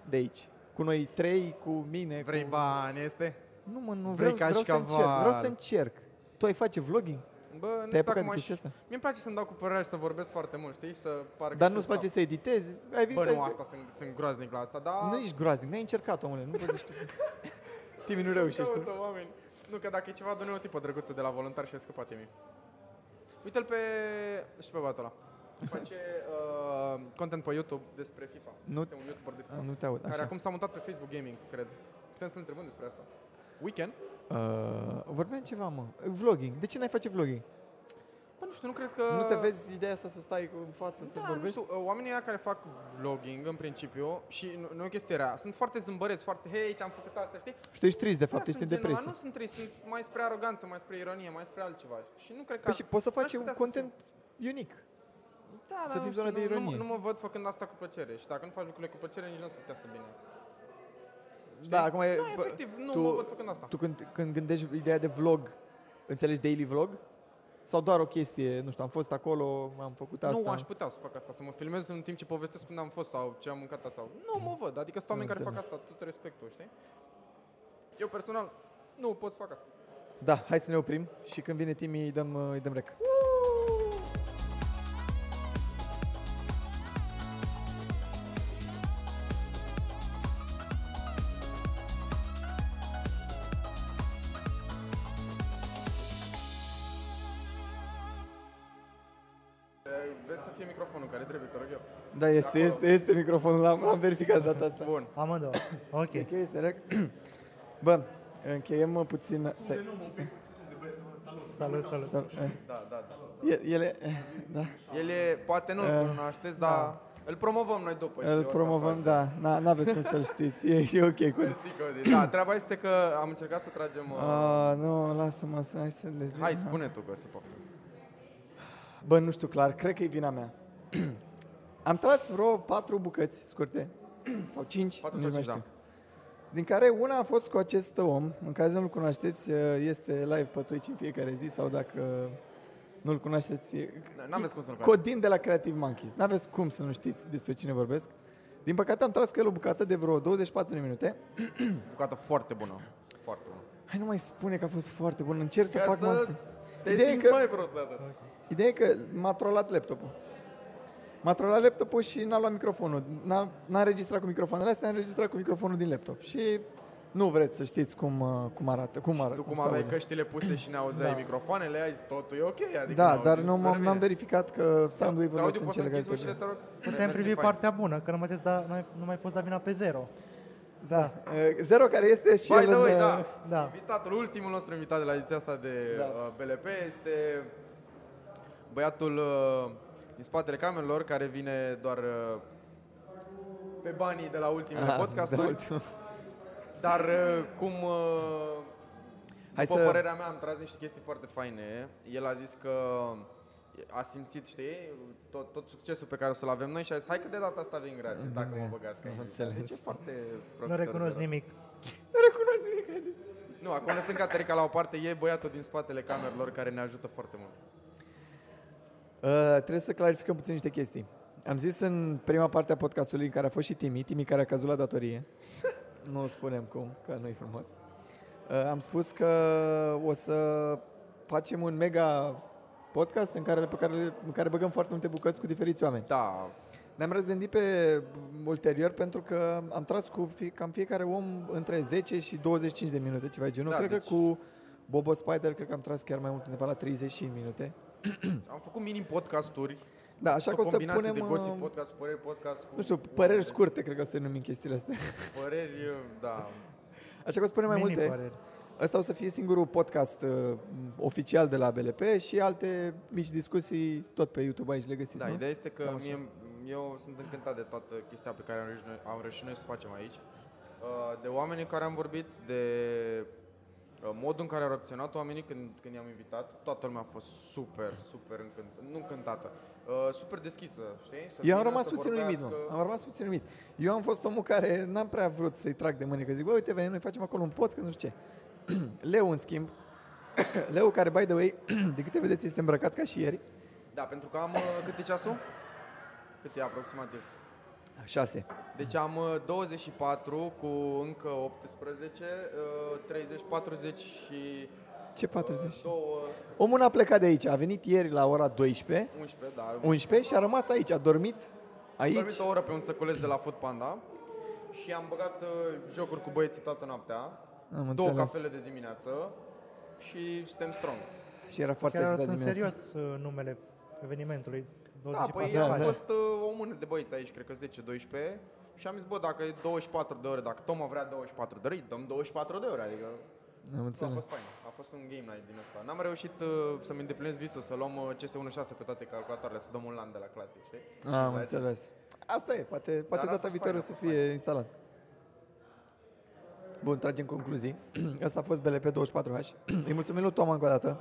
[SPEAKER 2] de aici. Cu noi trei, cu mine.
[SPEAKER 1] Vrei
[SPEAKER 2] cu...
[SPEAKER 1] bani, este?
[SPEAKER 2] Nu mă, nu
[SPEAKER 1] Vrei
[SPEAKER 2] vreau,
[SPEAKER 1] ca
[SPEAKER 2] vreau
[SPEAKER 1] și
[SPEAKER 2] să încerc.
[SPEAKER 1] caval.
[SPEAKER 2] Vreau să încerc. Tu ai face vlogging?
[SPEAKER 1] Bă, nu
[SPEAKER 2] Te-ai
[SPEAKER 1] știu
[SPEAKER 2] apucat
[SPEAKER 1] dacă
[SPEAKER 2] de
[SPEAKER 1] mai...
[SPEAKER 2] chestia asta?
[SPEAKER 1] Mi-mi place să-mi dau cu părerea și să vorbesc foarte mult, știi? Să parcă
[SPEAKER 2] Dar
[SPEAKER 1] și
[SPEAKER 2] nu-ți
[SPEAKER 1] stau.
[SPEAKER 2] place să editezi? Ai venit
[SPEAKER 1] Bă, nu,
[SPEAKER 2] ai-
[SPEAKER 1] asta sunt, sunt groaznic la asta, dar...
[SPEAKER 2] Nu ești groaznic, n-ai încercat, omule. Nu vezi Timi nu reușește.
[SPEAKER 1] Caută oameni. Nu, că dacă e ceva, dă-ne o tipă drăguță de la voluntar și ai scăpat, Timi. Uite-l pe... și pe băiatul ăla. Face uh, content pe YouTube despre FIFA.
[SPEAKER 2] Nu-
[SPEAKER 1] Este un YouTuber de FIFA.
[SPEAKER 2] A, Nu te aud,
[SPEAKER 1] care
[SPEAKER 2] așa.
[SPEAKER 1] acum s-a mutat pe Facebook Gaming, cred. Putem să-l întrebăm despre asta. Weekend?
[SPEAKER 2] Uh, vorbeam ceva, mă. Vlogging. De ce n-ai face vlogging?
[SPEAKER 1] Bă, Păi, nu știu, nu cred că...
[SPEAKER 2] Nu te vezi ideea asta să stai în față, să
[SPEAKER 1] Da, nu
[SPEAKER 2] vorbești?
[SPEAKER 1] știu, uh, oamenii ăia care fac vlogging, în principiu, și nu, nu e o chestie rea, sunt foarte zâmbăreți, foarte, hei, ce-am făcut asta, știi?
[SPEAKER 2] Și tu ești trist, de fapt,
[SPEAKER 1] Ăia
[SPEAKER 2] ești
[SPEAKER 1] sunt
[SPEAKER 2] în
[SPEAKER 1] genul ăla,
[SPEAKER 2] depresie.
[SPEAKER 1] Nu sunt trei, sunt mai spre aroganță, mai spre ironie, mai spre altceva. Și nu cred că...
[SPEAKER 2] Păi și poți să
[SPEAKER 1] n-aș
[SPEAKER 2] faci un
[SPEAKER 1] putea să
[SPEAKER 2] content unic.
[SPEAKER 1] Da, dar
[SPEAKER 2] Să fim
[SPEAKER 1] nu știu,
[SPEAKER 2] zona de
[SPEAKER 1] nu- nu mă-
[SPEAKER 2] ironie.
[SPEAKER 1] Nu, mă văd făcând asta cu plăcere și dacă nu faci lucrurile cu plăcere, nici nu o să-ți iasă bine.
[SPEAKER 2] Da, acum e...
[SPEAKER 1] Da,
[SPEAKER 2] bă,
[SPEAKER 1] efectiv, nu
[SPEAKER 2] tu-
[SPEAKER 1] mă văd făcând asta.
[SPEAKER 2] Tu când, când gândești ideea de vlog, înțelegi daily vlog? Sau doar o chestie, nu știu, am fost acolo, am făcut asta.
[SPEAKER 1] Nu aș putea să fac asta, să mă filmez în timp ce povestesc unde am fost sau ce am mâncat asta, sau... Nu mă văd, adică sunt oameni care fac
[SPEAKER 2] Înțeleg.
[SPEAKER 1] asta, tot respectul, știi? Eu personal nu pot să fac asta.
[SPEAKER 2] Da, hai să ne oprim și când vine Timi îi dăm, îi dăm rec.
[SPEAKER 1] Vezi să fie microfonul care trebuie, te rog eu.
[SPEAKER 2] Da, este, este, este microfonul, l-am, l-am verificat de data asta.
[SPEAKER 1] Bun.
[SPEAKER 4] Amândouă. Ok.
[SPEAKER 2] Ok, este rec. Bă, încheiem mă, puțin... Stai, ce să-
[SPEAKER 4] Salut, salut.
[SPEAKER 2] să- eh,
[SPEAKER 1] Da, da, da.
[SPEAKER 2] el- Ele, eh, da,
[SPEAKER 1] El e, poate nu-l
[SPEAKER 2] Eh,
[SPEAKER 1] cunoașteți, dar îl promovăm noi după. și
[SPEAKER 2] îl
[SPEAKER 1] o să facem.
[SPEAKER 2] promovăm, da, na- n-aveți cum să-l știți, e, e ok cu...
[SPEAKER 1] Mersi, Cody. Da, treaba este că am încercat să tragem... uh,
[SPEAKER 2] Ah, da. nu, lasă-mă, să- hai să le zic.
[SPEAKER 1] Hai, spune tu că se poftă.
[SPEAKER 2] Bă, nu știu clar, cred că e vina mea. Am tras vreo patru bucăți scurte, sau cinci,
[SPEAKER 1] Patru sau
[SPEAKER 2] nici nu mai
[SPEAKER 1] cinci, da.
[SPEAKER 2] știu. Din care una a fost cu acest om, în caz nu-l cunoașteți, uh, este live pe Twitch în fiecare zi, sau dacă nu-l cunoașteți, e-
[SPEAKER 1] N- N-aveți cum să-l faceți.
[SPEAKER 2] Codin de la Creative Monkeys. N-aveți cum să nu știți despre cine vorbesc. Din păcate am tras cu el o bucată de vreo 24 de minute.
[SPEAKER 1] Bucată foarte bună. Foarte bună.
[SPEAKER 2] Hai nu mai spune că a fost foarte bun, încerc să
[SPEAKER 1] Ca
[SPEAKER 2] fac
[SPEAKER 1] să
[SPEAKER 2] maxim.
[SPEAKER 1] Te
[SPEAKER 2] Ideea e
[SPEAKER 1] simți
[SPEAKER 2] că-
[SPEAKER 1] mai prost, da, da.
[SPEAKER 2] Ideea e că m-a trolat laptopul. M-a trolat laptopul și n-a luat microfonul. N-a, n-a înregistrat cu microfonul astea, a înregistrat cu microfonul din laptop. Și nu vreți să știți cum, uh, cum arată, cum arată.
[SPEAKER 1] Tu cum
[SPEAKER 2] se
[SPEAKER 1] aveai
[SPEAKER 2] aude.
[SPEAKER 1] căștile puse și n-auzeai
[SPEAKER 2] Da.
[SPEAKER 1] microfoanele, ai zis totul e ok. Adică
[SPEAKER 2] Da, dar
[SPEAKER 1] auzi,
[SPEAKER 2] nu
[SPEAKER 1] super
[SPEAKER 2] m-am,
[SPEAKER 1] bine.
[SPEAKER 2] n-am verificat că sound-wave-urile
[SPEAKER 1] Da. Claudiu,
[SPEAKER 2] sunt
[SPEAKER 1] poți să
[SPEAKER 2] cele care
[SPEAKER 1] închizi ușile,
[SPEAKER 2] trebuie.
[SPEAKER 1] te rog?
[SPEAKER 4] Putem
[SPEAKER 1] Mersi,
[SPEAKER 4] privi
[SPEAKER 1] fain.
[SPEAKER 4] partea bună, că nu mai, da, nu mai- nu mai poți da vina pe zero.
[SPEAKER 2] Da. Uh, Zero care este și
[SPEAKER 1] By
[SPEAKER 2] el
[SPEAKER 1] the
[SPEAKER 2] în,
[SPEAKER 1] way,
[SPEAKER 2] uh,
[SPEAKER 1] da.
[SPEAKER 4] Da.
[SPEAKER 1] Invitatul, ultimul nostru invitat de la ediția asta de
[SPEAKER 2] Da.
[SPEAKER 1] uh, BLP este băiatul uh, din spatele camerelor care vine doar uh, pe banii de la ultimele
[SPEAKER 2] Ah,
[SPEAKER 1] podcasturi,
[SPEAKER 2] da, ultimul.
[SPEAKER 1] dar uh, cum uh,
[SPEAKER 2] Hai
[SPEAKER 1] după
[SPEAKER 2] să-
[SPEAKER 1] părerea mea am tras niște chestii foarte faine. El a zis că a simțit, știi, tot, tot succesul pe care o să-l avem noi și a zis, hai că de data asta vin gratis, dacă mă băgați ca
[SPEAKER 2] Am
[SPEAKER 1] aici.
[SPEAKER 2] Da, înțeles.
[SPEAKER 1] Deci e foarte
[SPEAKER 4] Nu
[SPEAKER 1] profitor
[SPEAKER 4] recunosc
[SPEAKER 1] zero.
[SPEAKER 4] nimic.
[SPEAKER 2] Nu recunosc nimic, ai zis.
[SPEAKER 1] Nu, acum lăsând Caterica la o parte, e băiatul din spatele camerelor care ne ajută foarte mult.
[SPEAKER 2] Uh, trebuie să clarificăm puțin niște chestii. Am zis în prima parte a podcastului în care a fost și Timi, Timi care a căzut la datorie. nu spunem cum, că nu e frumos. Uh, am spus că o să facem un mega podcast în care, pe care, în care băgăm foarte multe bucăți cu diferiți oameni.
[SPEAKER 1] Da,
[SPEAKER 2] Ne-am răzgândit pe ulterior pentru că am tras cu fi, cam fiecare om între 10 și 25 de minute, ceva de genul.
[SPEAKER 1] Da,
[SPEAKER 2] cred
[SPEAKER 1] deci-
[SPEAKER 2] că cu Bobo Spider cred că am tras chiar mai mult, undeva la 30 și minute.
[SPEAKER 1] am făcut mini podcasturi,
[SPEAKER 2] Da, așa
[SPEAKER 1] o
[SPEAKER 2] că o să
[SPEAKER 1] combinație
[SPEAKER 2] punem...
[SPEAKER 1] de gossip
[SPEAKER 2] uh,
[SPEAKER 1] podcast, păreri podcast cu
[SPEAKER 2] nu știu, păreri scurte cred că o să numim chestiile astea.
[SPEAKER 1] Păreri, da.
[SPEAKER 2] Așa că o să punem mai
[SPEAKER 4] Mini
[SPEAKER 2] multe.
[SPEAKER 4] păreri.
[SPEAKER 2] Asta o să fie singurul podcast uh, oficial de la BLP și alte mici discuții tot pe YouTube aici le găsiți,
[SPEAKER 1] Da,
[SPEAKER 2] nu?
[SPEAKER 1] ideea este că
[SPEAKER 2] Cam așa.
[SPEAKER 1] mie, eu sunt încântat de toată chestia pe care am reușit noi, am reușit noi să o facem aici. Uh, De oamenii care am vorbit, de uh, modul în care au reacționat oamenii când, când i-am invitat, toată lumea a fost super, super încântată, nu încântată, uh, super deschisă, știi? Să
[SPEAKER 2] Eu am
[SPEAKER 1] vină,
[SPEAKER 2] rămas
[SPEAKER 1] să
[SPEAKER 2] puțin uimit, mă.
[SPEAKER 1] vorbească.
[SPEAKER 2] Am rămas puțin uimit. Eu am fost omul care n-am prea vrut să-i trag de mâine, că zic, bă, uite, venim, noi facem acolo un pot, că nu știu ce. Leu, în schimb, Leu, care, by the way, de câte vedeți, este îmbrăcat ca și ieri.
[SPEAKER 1] Da, pentru că am, uh, cât e ceasul? Cât e aproximativ?
[SPEAKER 2] 6.
[SPEAKER 1] Deci am uh, 24 cu încă 18, uh, 30, 40 și... uh,
[SPEAKER 2] Ce 40?
[SPEAKER 1] 2,
[SPEAKER 2] Omul n-a plecat de aici, a venit ieri la ora 12,
[SPEAKER 1] 11, da.
[SPEAKER 2] 11 și a rămas aici, a dormit
[SPEAKER 1] Am
[SPEAKER 2] aici.
[SPEAKER 1] dormit o oră pe un săculeț de la Food Panda și am băgat uh, jocuri cu băieții toată noaptea,
[SPEAKER 2] Am
[SPEAKER 1] două
[SPEAKER 2] înțeles.
[SPEAKER 1] cafele de dimineață și suntem strong.
[SPEAKER 2] Și era foarte
[SPEAKER 4] Chiar
[SPEAKER 2] ciudat
[SPEAKER 4] arătăm
[SPEAKER 2] dimineața.
[SPEAKER 4] serios uh, numele evenimentului.
[SPEAKER 1] Da,
[SPEAKER 4] 24
[SPEAKER 1] păi am
[SPEAKER 4] mai.
[SPEAKER 1] fost uh, o mână de băieți aici, cred că 10-12 și am zis, bă, dacă e 24 de ore, dacă Toma vrea 24 de ore, îi dăm 24 de ore, adică
[SPEAKER 2] Am
[SPEAKER 1] A
[SPEAKER 2] înțeles.
[SPEAKER 1] fost fain, a fost un game night din asta. N-am reușit uh, să-mi îndeplinesc visul, să luăm uh, CS16 pe toate calculatoarele, să dăm un LAN de la clasic, știi?
[SPEAKER 2] Am
[SPEAKER 1] Dar-
[SPEAKER 2] înțeles. Asta e, poate, poate
[SPEAKER 1] a
[SPEAKER 2] data
[SPEAKER 1] fost
[SPEAKER 2] viitoare o
[SPEAKER 1] fain,
[SPEAKER 2] să
[SPEAKER 1] a fost
[SPEAKER 2] fie instalat. Bun, tragem concluzii. Asta a fost BLP 24H. Îi mulțumim lui Toma încă o dată,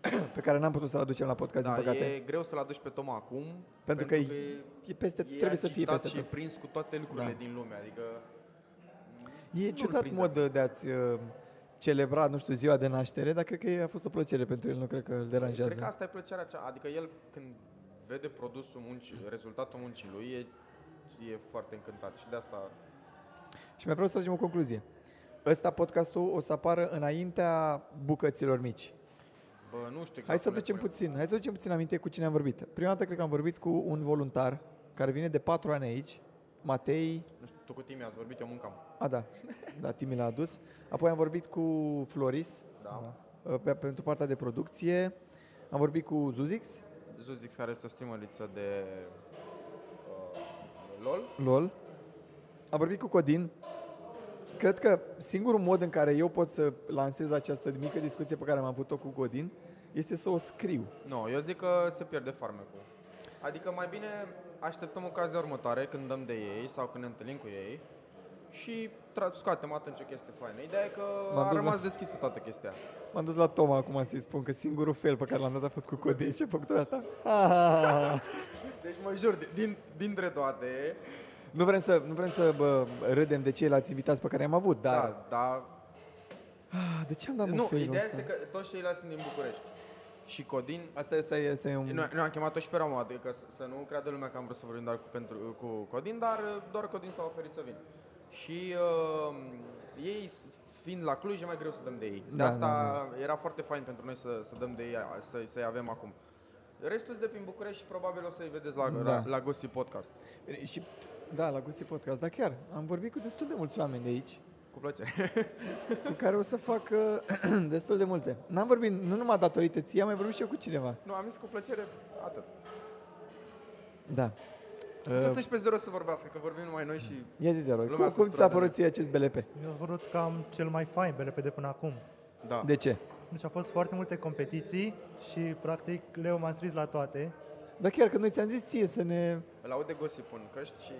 [SPEAKER 2] pe care n-am putut să-l aducem la podcast,
[SPEAKER 1] Da,
[SPEAKER 2] din păcate.
[SPEAKER 1] e greu să-l aduci pe Toma acum,
[SPEAKER 2] Pentru, că, e, e peste,
[SPEAKER 1] e
[SPEAKER 2] trebuie să fie
[SPEAKER 1] agitat
[SPEAKER 2] peste
[SPEAKER 1] și
[SPEAKER 2] tot.
[SPEAKER 1] e prins cu toate lucrurile
[SPEAKER 2] Da.
[SPEAKER 1] din lume, adică...
[SPEAKER 2] E
[SPEAKER 1] nu-l
[SPEAKER 2] ciudat
[SPEAKER 1] prinde.
[SPEAKER 2] mod de a-ți uh, celebra, nu știu, ziua de naștere, dar cred că a fost o plăcere pentru el, nu cred că îl deranjează.
[SPEAKER 1] Cred că asta e plăcerea cea, adică el când vede produsul muncii, rezultatul muncii lui, e, e foarte încântat și de asta...
[SPEAKER 2] Și mai vreau să tragem o concluzie. Ăsta podcastul o să apară înaintea bucăților mici.
[SPEAKER 1] Bă, nu știu exact
[SPEAKER 2] Hai să
[SPEAKER 1] cum le
[SPEAKER 2] aducem
[SPEAKER 1] punem.
[SPEAKER 2] puțin, hai să aducem puțin aminte cu cine am vorbit. Prima dată cred că am vorbit cu un voluntar care vine de patru ani aici, Matei,
[SPEAKER 1] Nu știu, tu cu Timi ați vorbit, eu mâncam.
[SPEAKER 2] a da, da, Timi l-a adus. Apoi am vorbit cu Floris
[SPEAKER 1] Da.
[SPEAKER 2] uh, pe, pentru partea de producție, am vorbit cu Zuzix,
[SPEAKER 1] Zuzix, care este o stimăliță de uh, LOL.
[SPEAKER 2] LOL. Am vorbit cu Codin. Cred că singurul mod în care eu pot să lansez această mică discuție pe care am avut-o cu Codin este să o scriu.
[SPEAKER 1] Nu, eu zic că se pierde farmecul. Adică mai bine așteptăm ocazia următoare când dăm de ei sau când ne întâlnim cu ei și tra- scoatem atunci o chestie faină. Ideea e că
[SPEAKER 2] M-am
[SPEAKER 1] a
[SPEAKER 2] dus la-
[SPEAKER 1] rămas deschisă toată chestia.
[SPEAKER 2] M-am dus la Toma acum să-i spun că singurul fel pe care l-am dat a fost cu Codin și a făcut asta. Ha, ha, ha, ha.
[SPEAKER 1] Deci mă jur, din, dintre toate,
[SPEAKER 2] nu vrem să, nu vrem să bă, râdem de ceilalți invitați pe care am avut, dar...
[SPEAKER 1] da, da,
[SPEAKER 2] Ah, De ce am dat mă
[SPEAKER 1] nu,
[SPEAKER 2] failul
[SPEAKER 1] ideea
[SPEAKER 2] ăsta?
[SPEAKER 1] este că toți ceilalți sunt din București. Și Codin,
[SPEAKER 2] Asta este, este un...
[SPEAKER 1] noi, noi am chemat-o și pe Roma, adică să, să nu creadă lumea că am vrut să vorbim doar cu, pentru, cu Codin, dar doar Codin s-a oferit să vină. Și uh, um, ei s- fiind la Cluj e mai greu să dăm de ei. De
[SPEAKER 2] Da,
[SPEAKER 1] asta
[SPEAKER 2] da,
[SPEAKER 1] era foarte fain pentru noi să, să dăm de ei, a- să, să-i avem acum. Restul de prin București și probabil o să-i vedeți la, da.
[SPEAKER 2] Da.
[SPEAKER 1] la, la Gossip Podcast.
[SPEAKER 2] Bine, și, da, la Gusi Podcast, dar chiar am vorbit cu destul de mulți oameni de aici,
[SPEAKER 1] Cu plăcere.
[SPEAKER 2] cu care o să fac uh, destul de multe. N-am vorbit nu numai datorită ție, am mai vorbit și eu cu cineva.
[SPEAKER 1] Nu, am zis cu plăcere, atât.
[SPEAKER 2] Uh. Da.
[SPEAKER 1] Să se și pe zero să vorbească, că vorbim numai noi și...
[SPEAKER 2] Ia zi, Zero,
[SPEAKER 1] Uh, Lumea
[SPEAKER 2] cum,
[SPEAKER 1] se Ah.
[SPEAKER 2] cum ți s-a
[SPEAKER 1] strădă.
[SPEAKER 2] părut ție acest BLP?
[SPEAKER 4] Mi-a părut cam cel mai fain BLP de până acum.
[SPEAKER 1] Da.
[SPEAKER 2] De ce?
[SPEAKER 4] Deci au fost foarte multe competiții și practic Leo m-a scris la toate.
[SPEAKER 2] Dar chiar că noi ți-am zis ție să ne...
[SPEAKER 1] Îl aude Gossip în căști și...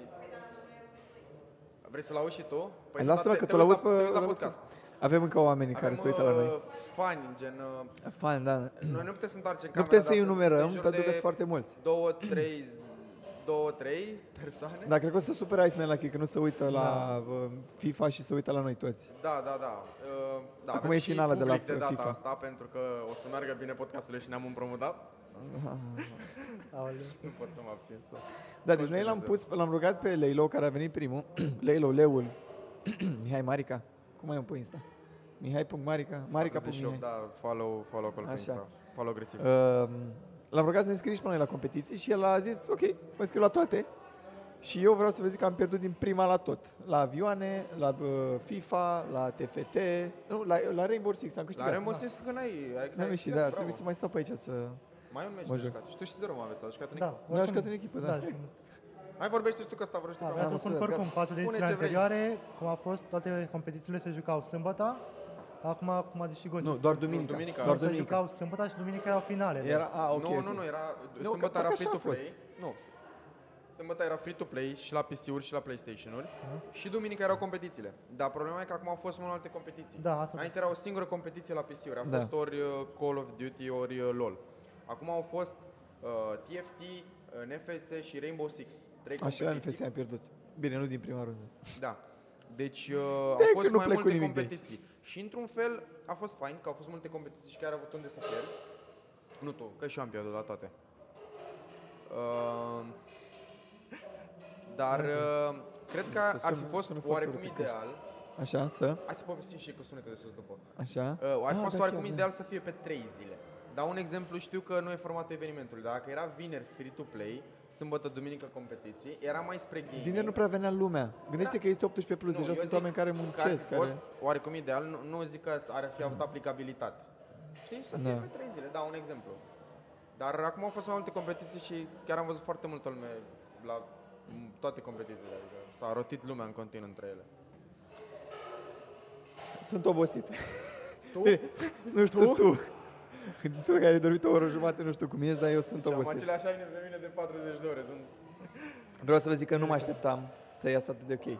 [SPEAKER 1] Vrei să-l auzi și tu?
[SPEAKER 2] Păi Lasă-mă
[SPEAKER 1] te-
[SPEAKER 2] că
[SPEAKER 1] te
[SPEAKER 2] tu l-auzi
[SPEAKER 1] la-
[SPEAKER 2] pe...
[SPEAKER 1] te uiți
[SPEAKER 2] l-auzi
[SPEAKER 1] la
[SPEAKER 2] pe-
[SPEAKER 1] podcast.
[SPEAKER 2] Avem încă oamenii care se uită la noi.
[SPEAKER 1] uh, Fani, gen... uh,
[SPEAKER 2] Fan, da.
[SPEAKER 1] Noi nu putem să întoarcem
[SPEAKER 2] Nu
[SPEAKER 1] camera,
[SPEAKER 2] putem
[SPEAKER 1] dar
[SPEAKER 2] să-i
[SPEAKER 1] sunt- sunt
[SPEAKER 2] numerăm,
[SPEAKER 1] în jur
[SPEAKER 2] pentru că
[SPEAKER 1] de
[SPEAKER 2] sunt foarte mulți.
[SPEAKER 1] Două, trei, două, trei persoane?
[SPEAKER 2] Dar cred că o să supere Iceman la că nu se uită la uh, FIFA și se uită la noi toți.
[SPEAKER 1] Da, da, da. Uh, da
[SPEAKER 2] Acum
[SPEAKER 1] avem
[SPEAKER 2] e
[SPEAKER 1] și
[SPEAKER 2] finala de la
[SPEAKER 1] public de data
[SPEAKER 2] FIFA.
[SPEAKER 1] asta, pentru că o să meargă bine podcasturile și ne-am împrumutat.
[SPEAKER 4] Aoleu.
[SPEAKER 1] Nu pot să mă abțin să...
[SPEAKER 2] Da, deci noi l-am pus, l-am rugat pe Leilo, care a venit primul. Leilo, Leul, Mihai Marica. Cum ai un pe Insta? Mihai.marica, Marica.mihai.
[SPEAKER 1] 48, Da, follow, follow acolo pe
[SPEAKER 2] Așa.
[SPEAKER 1] Insta. Follow agresiv.
[SPEAKER 2] Um, l-am rugat să ne scrii și pe noi la competiții și el a zis, ok, mă scriu la toate. Și eu vreau să vă zic că am pierdut din prima la tot. La avioane, la uh, FIFA, la TFT, nu, la, la Rainbow Six am câștigat.
[SPEAKER 1] Dar am simțit că n-ai... ai-
[SPEAKER 2] Da,
[SPEAKER 1] ai-
[SPEAKER 2] mi și
[SPEAKER 1] bravo.
[SPEAKER 2] da, trebuie să mai stau pe aici să...
[SPEAKER 1] Mai un meci
[SPEAKER 2] mă
[SPEAKER 1] de
[SPEAKER 2] joc.
[SPEAKER 1] jucat. Și tu și zero mă aveți, a jucat în echipă.
[SPEAKER 4] Da,
[SPEAKER 2] Noi am jucat în echipă, da.
[SPEAKER 4] da
[SPEAKER 1] Hai vorbește și tu că asta vorbește.
[SPEAKER 4] Da,
[SPEAKER 1] pe
[SPEAKER 4] vreau
[SPEAKER 1] acum.
[SPEAKER 4] să spun
[SPEAKER 2] gata.
[SPEAKER 4] că oricum, față de
[SPEAKER 1] Spune
[SPEAKER 4] edițiile
[SPEAKER 1] ce vrei.
[SPEAKER 4] anterioare, cum a fost, toate competițiile se jucau sâmbătă, acum, cum a zis și Gosi,
[SPEAKER 2] Nu, doar duminica.
[SPEAKER 1] duminica.
[SPEAKER 2] Doar
[SPEAKER 4] se
[SPEAKER 2] duminica.
[SPEAKER 4] jucau sâmbătă și duminică erau deci finalele.
[SPEAKER 2] Era, a, Ah, ok.
[SPEAKER 1] nu,
[SPEAKER 2] ok.
[SPEAKER 1] nu, nu, era...
[SPEAKER 2] că-
[SPEAKER 1] sâmbătă era
[SPEAKER 2] parcă
[SPEAKER 1] free
[SPEAKER 2] așa a
[SPEAKER 1] to
[SPEAKER 2] fost.
[SPEAKER 1] play. Nu. Sâmbătă era free to play și la PC-uri și la PlayStation-uri.
[SPEAKER 2] Mhm.
[SPEAKER 1] Și duminica erau competițiile. Dar problema e că acum au fost mult alte competiții.
[SPEAKER 4] Da, asta
[SPEAKER 1] Înainte era o singură competiție la PC-uri, a
[SPEAKER 2] Da.
[SPEAKER 1] fost ori uh, Call of Duty, ori uh, LoL. Acum au fost uh, TFT, uh, NFS și Rainbow Six. Trei
[SPEAKER 2] Așa la
[SPEAKER 1] competiții.
[SPEAKER 2] NFS am pierdut. Bine, nu din prima rundă.
[SPEAKER 1] Da. Deci uh, au
[SPEAKER 2] că
[SPEAKER 1] fost
[SPEAKER 2] nu
[SPEAKER 1] mai
[SPEAKER 2] plec cu
[SPEAKER 1] multe
[SPEAKER 2] nimic de aici.
[SPEAKER 1] competiții. Și într-un fel a fost fain că au fost multe competiții și chiar a avut unde să pierzi. Nu tu, că și eu am pierdut la toate. Uh, dar uh, cred că
[SPEAKER 2] Se
[SPEAKER 1] ar
[SPEAKER 2] sună-
[SPEAKER 1] fi fost
[SPEAKER 2] sună foarte
[SPEAKER 1] oarecum
[SPEAKER 2] urticăște.
[SPEAKER 1] ideal.
[SPEAKER 2] Așa, să...
[SPEAKER 1] Hai să povestim și cu sunete de sus după.
[SPEAKER 2] Așa.
[SPEAKER 1] Uh, ar fi
[SPEAKER 2] Ah,
[SPEAKER 1] fost
[SPEAKER 2] da,
[SPEAKER 1] oarecum
[SPEAKER 2] chiar, da.
[SPEAKER 1] ideal să fie pe 3 zile. Dar un exemplu, știu că nu e formatul evenimentului, dar dacă era vineri free-to-play, sâmbătă, duminică competiții, era mai spre gaming.
[SPEAKER 2] da. Vineri nu prea venea lumea. Gândește că este 18 plus,
[SPEAKER 1] Nu,
[SPEAKER 2] deja
[SPEAKER 1] eu
[SPEAKER 2] sunt
[SPEAKER 1] zic
[SPEAKER 2] oameni care
[SPEAKER 1] că ar fi
[SPEAKER 2] muncesc.
[SPEAKER 1] Fost
[SPEAKER 2] Care...
[SPEAKER 1] oarecum ideal, nu, nu zic că ar fi avut aplicabilitate. Știi? Să fie
[SPEAKER 2] Da.
[SPEAKER 1] pe 3 zile, da, un exemplu. Dar acum au fost mai multe competiții și chiar am văzut foarte multă lume la m, toate competițiile. Adică s-a rotit lumea în continuu între ele.
[SPEAKER 2] Sunt obosit.
[SPEAKER 1] Tu?
[SPEAKER 2] Bine, nu știu tu. Tu care ai dormit o oră jumate, nu știu cum ești, dar eu sunt
[SPEAKER 1] Și am
[SPEAKER 2] obosit.
[SPEAKER 1] aceleași haine de mine de 40 de ore. Sunt...
[SPEAKER 2] Vreau să vă zic că nu mă așteptam să iasă atât de ok.
[SPEAKER 1] uh,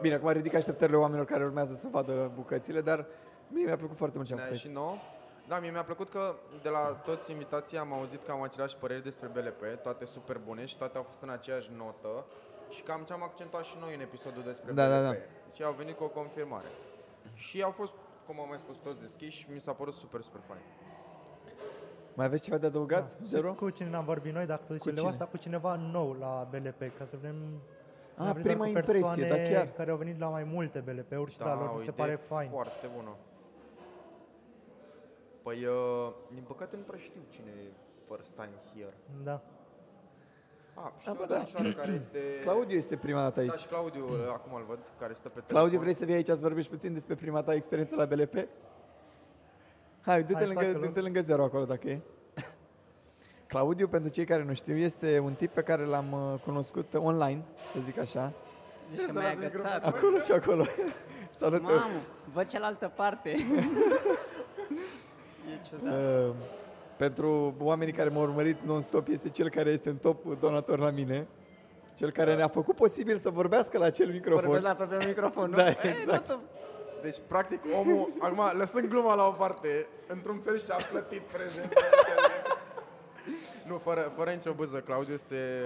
[SPEAKER 2] Bine, acum ridic așteptările oamenilor care urmează să vadă bucățile, dar mie mi-a plăcut foarte mult ce am
[SPEAKER 1] Ne-a
[SPEAKER 2] făcut.
[SPEAKER 1] și nouă. Da, mie mi-a plăcut că de la toți invitații am auzit că am aceleași păreri despre BLP, toate super bune și toate au fost în aceeași notă și cam ce am accentuat și noi în episodul despre
[SPEAKER 2] Da,
[SPEAKER 1] BLP.
[SPEAKER 2] da, da.
[SPEAKER 1] Deci au venit cu o confirmare. Și au fost, cum am mai spus, toți deschiși și mi s-a părut super, super fain.
[SPEAKER 2] Mai aveți ceva de adăugat? Zero?
[SPEAKER 4] da. Cu cine n-am vorbit noi, dacă tot
[SPEAKER 2] Cu
[SPEAKER 4] cine?
[SPEAKER 2] cine?
[SPEAKER 4] Leo asta, cu cineva nou la BLP, ca să vedem...
[SPEAKER 2] Ah,
[SPEAKER 4] ne-am prins doar
[SPEAKER 2] prima
[SPEAKER 4] cu
[SPEAKER 2] impresie,
[SPEAKER 4] persoane
[SPEAKER 2] da, chiar.
[SPEAKER 4] care au venit la mai multe BLP-uri și da, lor
[SPEAKER 1] o
[SPEAKER 4] mi se
[SPEAKER 1] idee
[SPEAKER 4] pare fain.
[SPEAKER 1] foarte bună. Păi, uh, din păcate nu prea știu cine e first time here.
[SPEAKER 4] Da.
[SPEAKER 1] Ah,
[SPEAKER 2] Ah,
[SPEAKER 1] știu
[SPEAKER 2] bă,
[SPEAKER 1] o
[SPEAKER 2] da.
[SPEAKER 1] domnișoară care este...
[SPEAKER 2] Claudiu este prima dată
[SPEAKER 1] Da,
[SPEAKER 2] aici.
[SPEAKER 1] și Claudiu, uh, acum îl văd, care stă pe
[SPEAKER 2] Claudiu,
[SPEAKER 1] telefon.
[SPEAKER 2] vrei să vii aici să vorbești puțin despre prima ta experiență la BLP? Hai, du-te,
[SPEAKER 4] Hai,
[SPEAKER 2] lângă,
[SPEAKER 4] stacă-l.
[SPEAKER 2] du-te lângă zero acolo, dacă e. Claudiu, pentru cei care nu știu, este un tip pe care l-am uh, cunoscut online, să zic așa.
[SPEAKER 5] Deci că m-ai agățat.
[SPEAKER 2] Acolo și acolo. Salut!
[SPEAKER 5] Mamă, văd cealaltă parte. e ciudat.
[SPEAKER 2] Uh, pentru oamenii care m-au urmărit non-stop, este cel care este în top donator la mine. Cel care
[SPEAKER 5] Da.
[SPEAKER 2] ne-a făcut posibil să vorbească la acel microfon.
[SPEAKER 5] Vorbesc la Păi, propriul microfon, nu?
[SPEAKER 2] Da,
[SPEAKER 5] E,
[SPEAKER 2] exact.
[SPEAKER 5] totul-
[SPEAKER 1] Deci, practic, omul, acum, lăsând gluma la o parte, într-un fel și-a plătit prezent. nu, fără, fără nicio buză, Claudiu este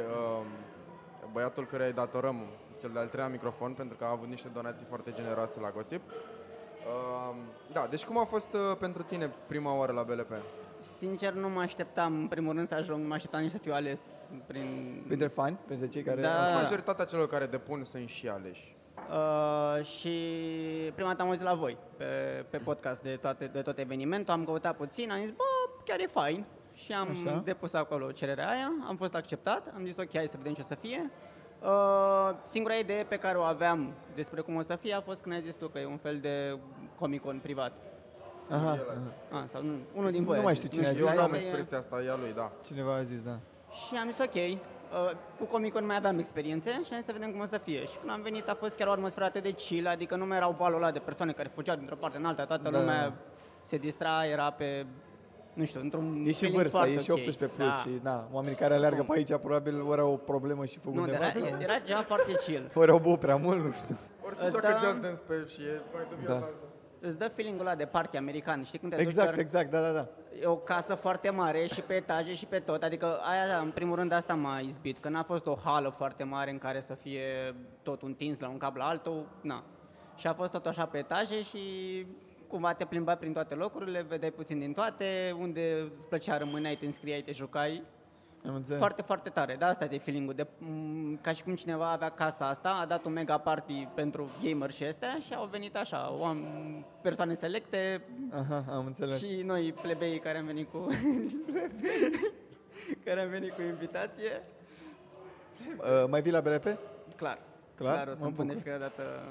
[SPEAKER 1] um, băiatul care îi datorăm cel de-al treilea microfon, pentru că a avut niște donații foarte generoase la Gossip. Um, da, deci cum a fost uh, pentru tine prima oară la BLP?
[SPEAKER 5] Sincer, nu mă așteptam, în primul rând, să ajung. Mă așteptam nici să fiu ales prin...
[SPEAKER 2] Printre fani, printre cei care...
[SPEAKER 5] Da.
[SPEAKER 1] Majoritatea celor care depun sunt și aleși.
[SPEAKER 5] Uh, și prima dată am auzit la voi pe, pe podcast de, toate, de tot evenimentul, am căutat puțin, am zis, bă, chiar e fain. Și am
[SPEAKER 2] Așa.
[SPEAKER 5] Așa. depus acolo cererea aia, am fost acceptat, am zis, ok, hai să vedem ce o să fie. Uh, singura idee pe care o aveam despre cum o să fie a fost când ai zis tu că e un fel de Comic-Con privat.
[SPEAKER 2] Aha,
[SPEAKER 1] el
[SPEAKER 2] aha.
[SPEAKER 5] Ah, sau nu, unul din voi.
[SPEAKER 2] Nu mai
[SPEAKER 5] a
[SPEAKER 2] știu
[SPEAKER 5] zis,
[SPEAKER 2] cine a zis,
[SPEAKER 1] Eu
[SPEAKER 5] dar
[SPEAKER 1] nu am
[SPEAKER 5] asta e-
[SPEAKER 1] expresia asta, ea lui, da.
[SPEAKER 2] cineva a zis, da.
[SPEAKER 5] Și am zis ok, uh, cu Comic-Con mai aveam experiențe și am zis să vedem cum o să fie. Și când am venit a fost chiar o atmosferă atât de chill, adică nu mai erau valul ăla de persoane care fugeau dintr-o parte în alta, toată
[SPEAKER 2] Da.
[SPEAKER 5] da. lumea se distra, era pe, nu știu, într-un
[SPEAKER 2] E și
[SPEAKER 5] feeling
[SPEAKER 2] vârsta,
[SPEAKER 5] foarte
[SPEAKER 2] e și
[SPEAKER 5] ok. Da.
[SPEAKER 2] 18 plus și na, oamenii care aleargă pe aici probabil ori au o problemă și fug
[SPEAKER 5] Nu, dar
[SPEAKER 2] undeva
[SPEAKER 5] era,
[SPEAKER 2] sau
[SPEAKER 5] era ceva foarte chill.
[SPEAKER 2] ori au băut prea mult, nu știu.
[SPEAKER 1] Ori se
[SPEAKER 5] Ăsta-
[SPEAKER 1] joacă Just Dance pe și e mai dubios
[SPEAKER 2] Da.
[SPEAKER 1] azi.
[SPEAKER 5] Îți dă feeling-ul ăla de party american, știi când te duci
[SPEAKER 2] Exact,
[SPEAKER 5] doar-
[SPEAKER 2] exact, da, da, da.
[SPEAKER 5] E o casă foarte mare și pe etaje și pe tot. Adică aia, în primul rând, asta m-a izbit, că n-a fost o hală foarte mare în care să fie tot întins la un cap la altul, na. Și a fost tot așa pe etaje și cumva te plimba prin toate locurile, vedeai puțin din toate, unde îți plăcea rămâneai, te înscriai, te jucai.
[SPEAKER 2] Am înțeles.
[SPEAKER 5] Foarte, foarte tare. Da, asta e feeling-ul. De, m- ca și cum cineva avea casa asta, a dat un mega party pentru gamer și astea și au venit așa, oameni, persoane selecte,
[SPEAKER 2] Aha, am înțeles.
[SPEAKER 5] și noi, plebeii care am venit cu... care am venit cu invitație,
[SPEAKER 2] Uh, mai vii la BLP?
[SPEAKER 5] clar.
[SPEAKER 2] Clar,
[SPEAKER 5] o să
[SPEAKER 2] mă
[SPEAKER 5] îmi pune
[SPEAKER 2] bucur.
[SPEAKER 5] fiecare dată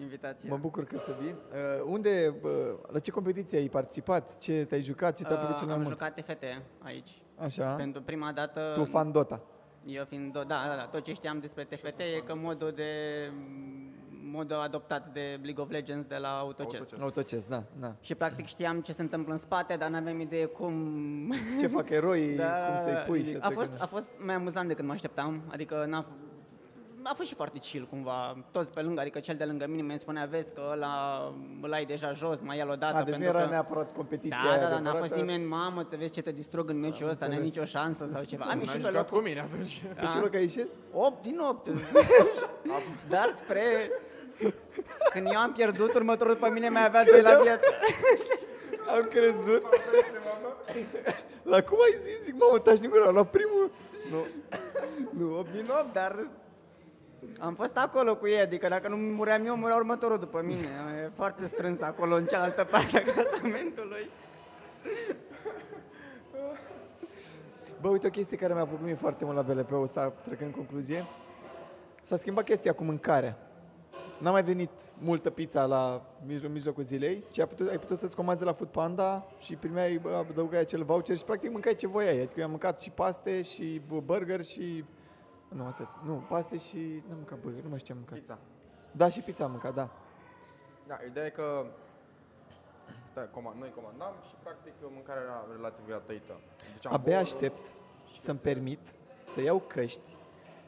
[SPEAKER 5] invitația.
[SPEAKER 2] Mă bucur că să vii. Uh, unde, uh, la ce competiție ai participat? Ce te-ai jucat? Ce ți-a plăcut
[SPEAKER 5] Uh,
[SPEAKER 2] cel mai
[SPEAKER 5] Am
[SPEAKER 2] mult?
[SPEAKER 5] jucat TFT aici.
[SPEAKER 2] Așa,
[SPEAKER 5] Pentru prima dată...
[SPEAKER 2] tu fan Dota.
[SPEAKER 5] Eu fiind... do- Da, da, da. Tot ce știam despre TFT e că modul de... modul adoptat de League of Legends de la AutoChess.
[SPEAKER 2] Autoces, da, da.
[SPEAKER 5] Și practic știam ce se întâmplă în spate, dar n-aveam idee cum
[SPEAKER 2] Ce fac eroii, cum să-i pui și
[SPEAKER 5] Da. a
[SPEAKER 2] toate
[SPEAKER 5] fost,
[SPEAKER 2] căne-
[SPEAKER 5] a fost mai amuzant decât mă așteptam, adică n-a, f- a fost și foarte chill cumva, toți pe lângă, adică cel de lângă mine mi spunea, vezi că ăla îl ai deja jos, mai ia-l odată.
[SPEAKER 2] A, deci nu
[SPEAKER 5] pentru
[SPEAKER 2] era
[SPEAKER 5] că...
[SPEAKER 2] neapărat competiția
[SPEAKER 5] Da, da, da,
[SPEAKER 2] adevărată.
[SPEAKER 5] n-a fost nimeni, mamă, să vezi ce te distrug în meciul ăsta, n-ai
[SPEAKER 2] înțeles.
[SPEAKER 5] nicio șansă sau ceva. Am
[SPEAKER 1] N-ai
[SPEAKER 5] ieșit pe
[SPEAKER 1] jucat
[SPEAKER 5] locul
[SPEAKER 1] cu mine atunci.
[SPEAKER 2] Pe ce
[SPEAKER 5] Da.
[SPEAKER 2] loc ai ieșit?
[SPEAKER 5] 8 din 8. Dar spre... Când eu am pierdut, următorul pe mine mai avea 2 la viață.
[SPEAKER 2] Am crezut. La cum ai zis? Zic, mamă, taci din gură, la primul... Nu.
[SPEAKER 5] Nu, 8 din 8, dar am fost acolo cu ei, adică dacă nu muream eu, murea următorul după mine. E foarte strâns acolo, în cealaltă parte a clasamentului.
[SPEAKER 2] Bă, uite o chestie care mi-a plăcut mie foarte mult la BLP-ul ăsta, trecând în concluzie. S-a schimbat chestia cu mâncarea. N-a mai venit multă pizza la mijlo- mijlocul zilei, ci ai putut, ai putut să-ți comanzi de la Food Panda și primeai, bă, adăugai acel voucher și practic mâncai ce voiai. Adică eu am mâncat și paste și bă, burger și... Nu, atât. Nu, paste și... N-am mâncat burger, nu mai știu ce am mâncat.
[SPEAKER 1] Pizza.
[SPEAKER 2] Da, și pizza am mâncat, da.
[SPEAKER 1] Da, ideea e că da, comand, noi comandam și practic mâncarea era relativ gratuită. Duceam
[SPEAKER 2] Abia
[SPEAKER 1] bolul,
[SPEAKER 2] aștept să-mi permit să iau căști,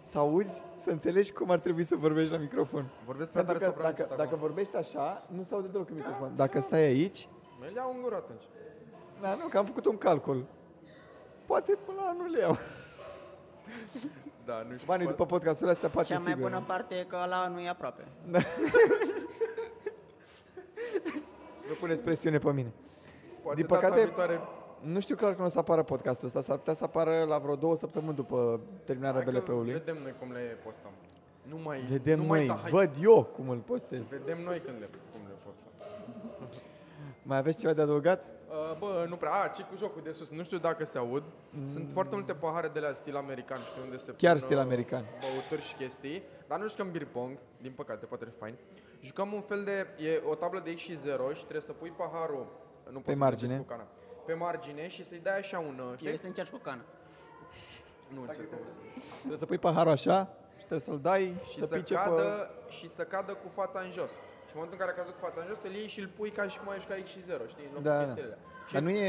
[SPEAKER 2] să auzi, să înțelegi cum ar trebui să vorbești la microfon.
[SPEAKER 1] Vorbesc prea tare
[SPEAKER 2] Pentru că
[SPEAKER 1] sau prea
[SPEAKER 2] dacă,
[SPEAKER 1] încet
[SPEAKER 2] dacă
[SPEAKER 1] acum?
[SPEAKER 2] vorbești așa, nu se aude deloc în microfon. Dacă stai aici,
[SPEAKER 1] Mă iau în gură atunci.
[SPEAKER 2] da, nu, că am făcut un calcul. Poate până la anul le iau.
[SPEAKER 1] Da, nu știu.
[SPEAKER 2] Banii
[SPEAKER 1] poate-
[SPEAKER 2] după podcastul astea poate
[SPEAKER 5] Cea mai
[SPEAKER 2] sigur.
[SPEAKER 5] bună parte e că la nu e aproape.
[SPEAKER 2] Nu puneți presiune pe mine.
[SPEAKER 1] poate
[SPEAKER 2] din
[SPEAKER 1] data
[SPEAKER 2] păcate-
[SPEAKER 1] viitoare-
[SPEAKER 2] Nu știu clar când o să apară podcastul ăsta, s-ar putea să apară la vreo două săptămâni după terminarea
[SPEAKER 1] Hai că
[SPEAKER 2] BLP-ului.
[SPEAKER 1] Vedem noi cum le postăm. Nu mai
[SPEAKER 2] Vedem
[SPEAKER 1] nu
[SPEAKER 2] noi,
[SPEAKER 1] mai, da, hai.
[SPEAKER 2] văd eu cum îl postez.
[SPEAKER 1] Vedem noi când le, cum le postăm.
[SPEAKER 2] Mai aveți ceva de adăugat?
[SPEAKER 1] Uh, bă, nu prea. A, ce cu jocul de sus? Nu știu dacă se aud. Sunt foarte multe pahare de la stil american, știu unde se
[SPEAKER 2] Mm. Chiar
[SPEAKER 1] pun,
[SPEAKER 2] stil
[SPEAKER 1] uh,
[SPEAKER 2] american.
[SPEAKER 1] Băuturi și chestii, dar nu jucăm beer pong, din păcate, poate ar fi fain. Jucăm un fel de, e o tablă de X și 0 și trebuie să pui paharul, nu poți să
[SPEAKER 2] margine.
[SPEAKER 1] treci cu cana. Pe margine și să-i dai așa un, uh,
[SPEAKER 5] Eu
[SPEAKER 1] știi?
[SPEAKER 5] să încerc cu cana.
[SPEAKER 1] Nu încerc.
[SPEAKER 2] Trebuie să pui paharul așa și trebuie să-l dai
[SPEAKER 1] Și
[SPEAKER 2] să
[SPEAKER 1] să,
[SPEAKER 2] pice pe...
[SPEAKER 1] cadă, și să cadă cu fața în jos. Și în momentul în care a căzut cu fața în jos, să-l iei și îl pui ca și cum ai juca X și 0, știi? În locul
[SPEAKER 2] Da, da.
[SPEAKER 1] chestiile alea. Și
[SPEAKER 2] Dar nu e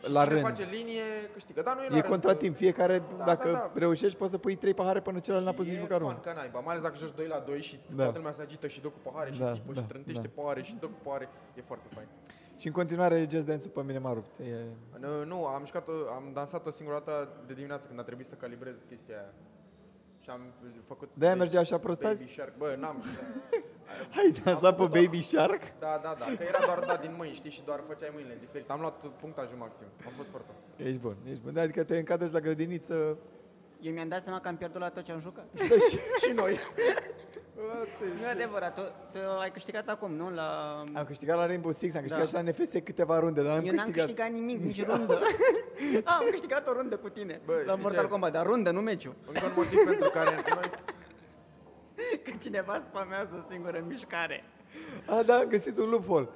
[SPEAKER 1] și
[SPEAKER 2] la
[SPEAKER 1] cine
[SPEAKER 2] rând.
[SPEAKER 1] face linie, câștigă. Dar nu e, la
[SPEAKER 2] E
[SPEAKER 1] rând, că-
[SPEAKER 2] contratim. Fiecare,
[SPEAKER 1] da,
[SPEAKER 2] dacă
[SPEAKER 1] da.
[SPEAKER 2] reușești, poți să pui trei pahare până celălalt n-a pus
[SPEAKER 1] E
[SPEAKER 2] nici măcar
[SPEAKER 1] fun
[SPEAKER 2] unul.
[SPEAKER 1] ca naiba, mai ales dacă joci 2 la 2 și
[SPEAKER 2] Da.
[SPEAKER 1] da. toată lumea se agită și dă cu pahare și
[SPEAKER 2] Da,
[SPEAKER 1] da, țipă
[SPEAKER 2] da,
[SPEAKER 1] și trântește
[SPEAKER 2] da.
[SPEAKER 1] da. pahare și dă cu pahare. E foarte fain.
[SPEAKER 2] Și în continuare, Just Dance-ul pe mine m-a rupt. E...
[SPEAKER 1] Nu, nu am, jucat am dansat o singură dată de dimineață când a trebuit să calibrez chestia aia. Și am f- făcut
[SPEAKER 2] De-aia
[SPEAKER 1] ba-
[SPEAKER 2] mergea așa prost azi?
[SPEAKER 1] Baby Shark. Bă, n-am.
[SPEAKER 2] Hai dansat pe Baby Shark?
[SPEAKER 1] Da, da, da. Că era doar dat din mâini, știi, și doar făceai mâinile diferit. Am luat punctajul maxim. Am fost foarte.
[SPEAKER 2] Ești bun, ești bun. Da, Adică te încadrești la grădiniță.
[SPEAKER 5] Eu mi-am dat seama că am pierdut la tot ce am jucat.
[SPEAKER 2] Da, și, și noi.
[SPEAKER 5] Nu e adevărat, tu, tu ai câștigat acum, nu? La...
[SPEAKER 2] Am câștigat la Rainbow Six, am câștigat
[SPEAKER 5] Da.
[SPEAKER 2] și la NFS câteva runde, dar am
[SPEAKER 5] Eu n-am
[SPEAKER 2] câștigat. Da.
[SPEAKER 5] câștigat nimic, nici rundă. Ah, Am câștigat o rundă cu tine,
[SPEAKER 1] Bă,
[SPEAKER 5] la
[SPEAKER 1] știi
[SPEAKER 5] Mortal
[SPEAKER 1] ce?
[SPEAKER 5] Kombat, dar rundă, nu meciul.
[SPEAKER 1] Încă un motiv pentru care noi...
[SPEAKER 5] Că cineva spamează o singură mișcare.
[SPEAKER 2] A, da, am găsit un loophole.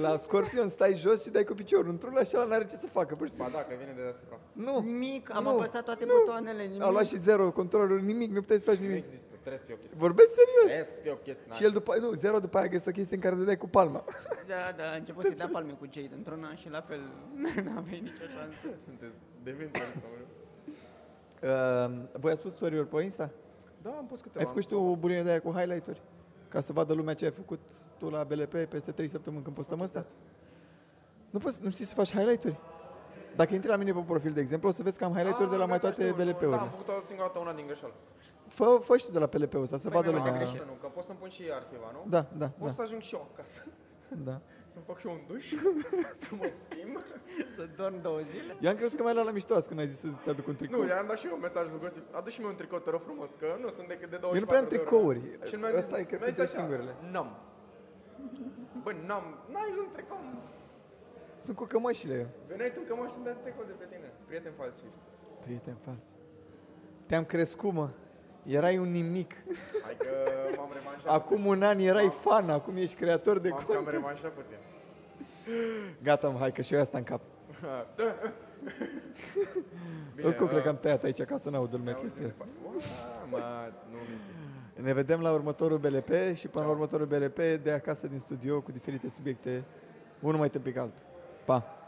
[SPEAKER 2] La Scorpion stai jos și dai cu piciorul într-un, așa ăla n-are ce să facă, pur și
[SPEAKER 1] Ba
[SPEAKER 2] simplu.
[SPEAKER 1] da, că vine de deasupra.
[SPEAKER 2] Nu.
[SPEAKER 5] Nimic, am
[SPEAKER 2] nu,
[SPEAKER 5] apăsat toate
[SPEAKER 2] nu.
[SPEAKER 5] butoanele, nimic.
[SPEAKER 2] Au luat și zero controluri, nimic, nu puteai să faci
[SPEAKER 1] Nu
[SPEAKER 2] nimic.
[SPEAKER 1] există, trebuie să fie o chestie.
[SPEAKER 2] Vorbesc serios.
[SPEAKER 1] Trebuie să fie o chestie.
[SPEAKER 2] Și el după, nu, zero după aia găsește o chestie în care dădeai cu palma.
[SPEAKER 5] Da, da, a început să-i dea palme cu Jade într-una și la fel n-aveai nicio șansă.
[SPEAKER 1] Sunteți demente.
[SPEAKER 2] Uh, voi ați spus story pe Insta?
[SPEAKER 1] Da, am pus câteva.
[SPEAKER 2] Ai făcut și tu o buline de aia cu highlight-uri? Ca să vadă lumea ce ai făcut tu la BLP peste 3 săptămâni când postăm asta? Nu, poți, nu știi să faci highlight-uri? Dacă intri la mine pe profil, de exemplu, o să vezi că am highlight-uri de la
[SPEAKER 1] Ah,
[SPEAKER 2] mai
[SPEAKER 1] gata,
[SPEAKER 2] toate
[SPEAKER 1] știu, Da, am
[SPEAKER 2] BLP-urile.
[SPEAKER 1] făcut o singură dată una din greșeală.
[SPEAKER 2] Fă, fă și tu de la PLP-ul ăsta, să vadă
[SPEAKER 1] Păi, mi-am
[SPEAKER 2] lumea.
[SPEAKER 1] gândit să nu, că pot să-mi pun și arhiva, nu?
[SPEAKER 2] Da, da,
[SPEAKER 1] O
[SPEAKER 2] da,
[SPEAKER 1] să ajung și eu acasă.
[SPEAKER 2] da.
[SPEAKER 1] Să-mi fac și eu un duș, să mă schimb.
[SPEAKER 5] Să dorm două zile.
[SPEAKER 2] Eu am crezut că mai la la mișto azi când ai zis să-ți aduc un tricou.
[SPEAKER 1] Nu, i-am dat și eu un mesaj lui Gosip. Adu-și mie un tricou, te rog frumos, că nu sunt decât de 24
[SPEAKER 2] Eu nu prea am
[SPEAKER 1] de ore.
[SPEAKER 2] tricouri.
[SPEAKER 1] Și el mi-a zis,
[SPEAKER 2] Ăsta e, cred,
[SPEAKER 1] mi-a zis
[SPEAKER 2] dintre
[SPEAKER 1] așa,
[SPEAKER 2] singurele.
[SPEAKER 1] N-am. Bă, n-am, n-ai un tricou.
[SPEAKER 2] Sunt cu cămășile eu.
[SPEAKER 1] Veneai tu că mă de tricou de pe tine. Prieten fals ești.
[SPEAKER 2] Prieten fals. Te-am crescut, mă. Erai un nimic.
[SPEAKER 1] Hai că m-am revanșat.
[SPEAKER 2] Acum un an erai fan, acum ești creator de
[SPEAKER 1] puțin. M-am cam
[SPEAKER 2] content.
[SPEAKER 1] revanșat puțin.
[SPEAKER 2] Gata, mă, hai că și eu asta în cap.
[SPEAKER 1] Da.
[SPEAKER 2] Bine, Oricum,
[SPEAKER 1] uh,
[SPEAKER 2] cred că am tăiat aici ca să n-audă lumea
[SPEAKER 1] ne auzim
[SPEAKER 2] chestia asta.
[SPEAKER 1] după- Ua, Mă, nu minți.
[SPEAKER 2] Ne vedem la următorul BLP și până la următorul BLP de acasă din studio cu diferite subiecte, unul mai tâmpit ca altul. Pa!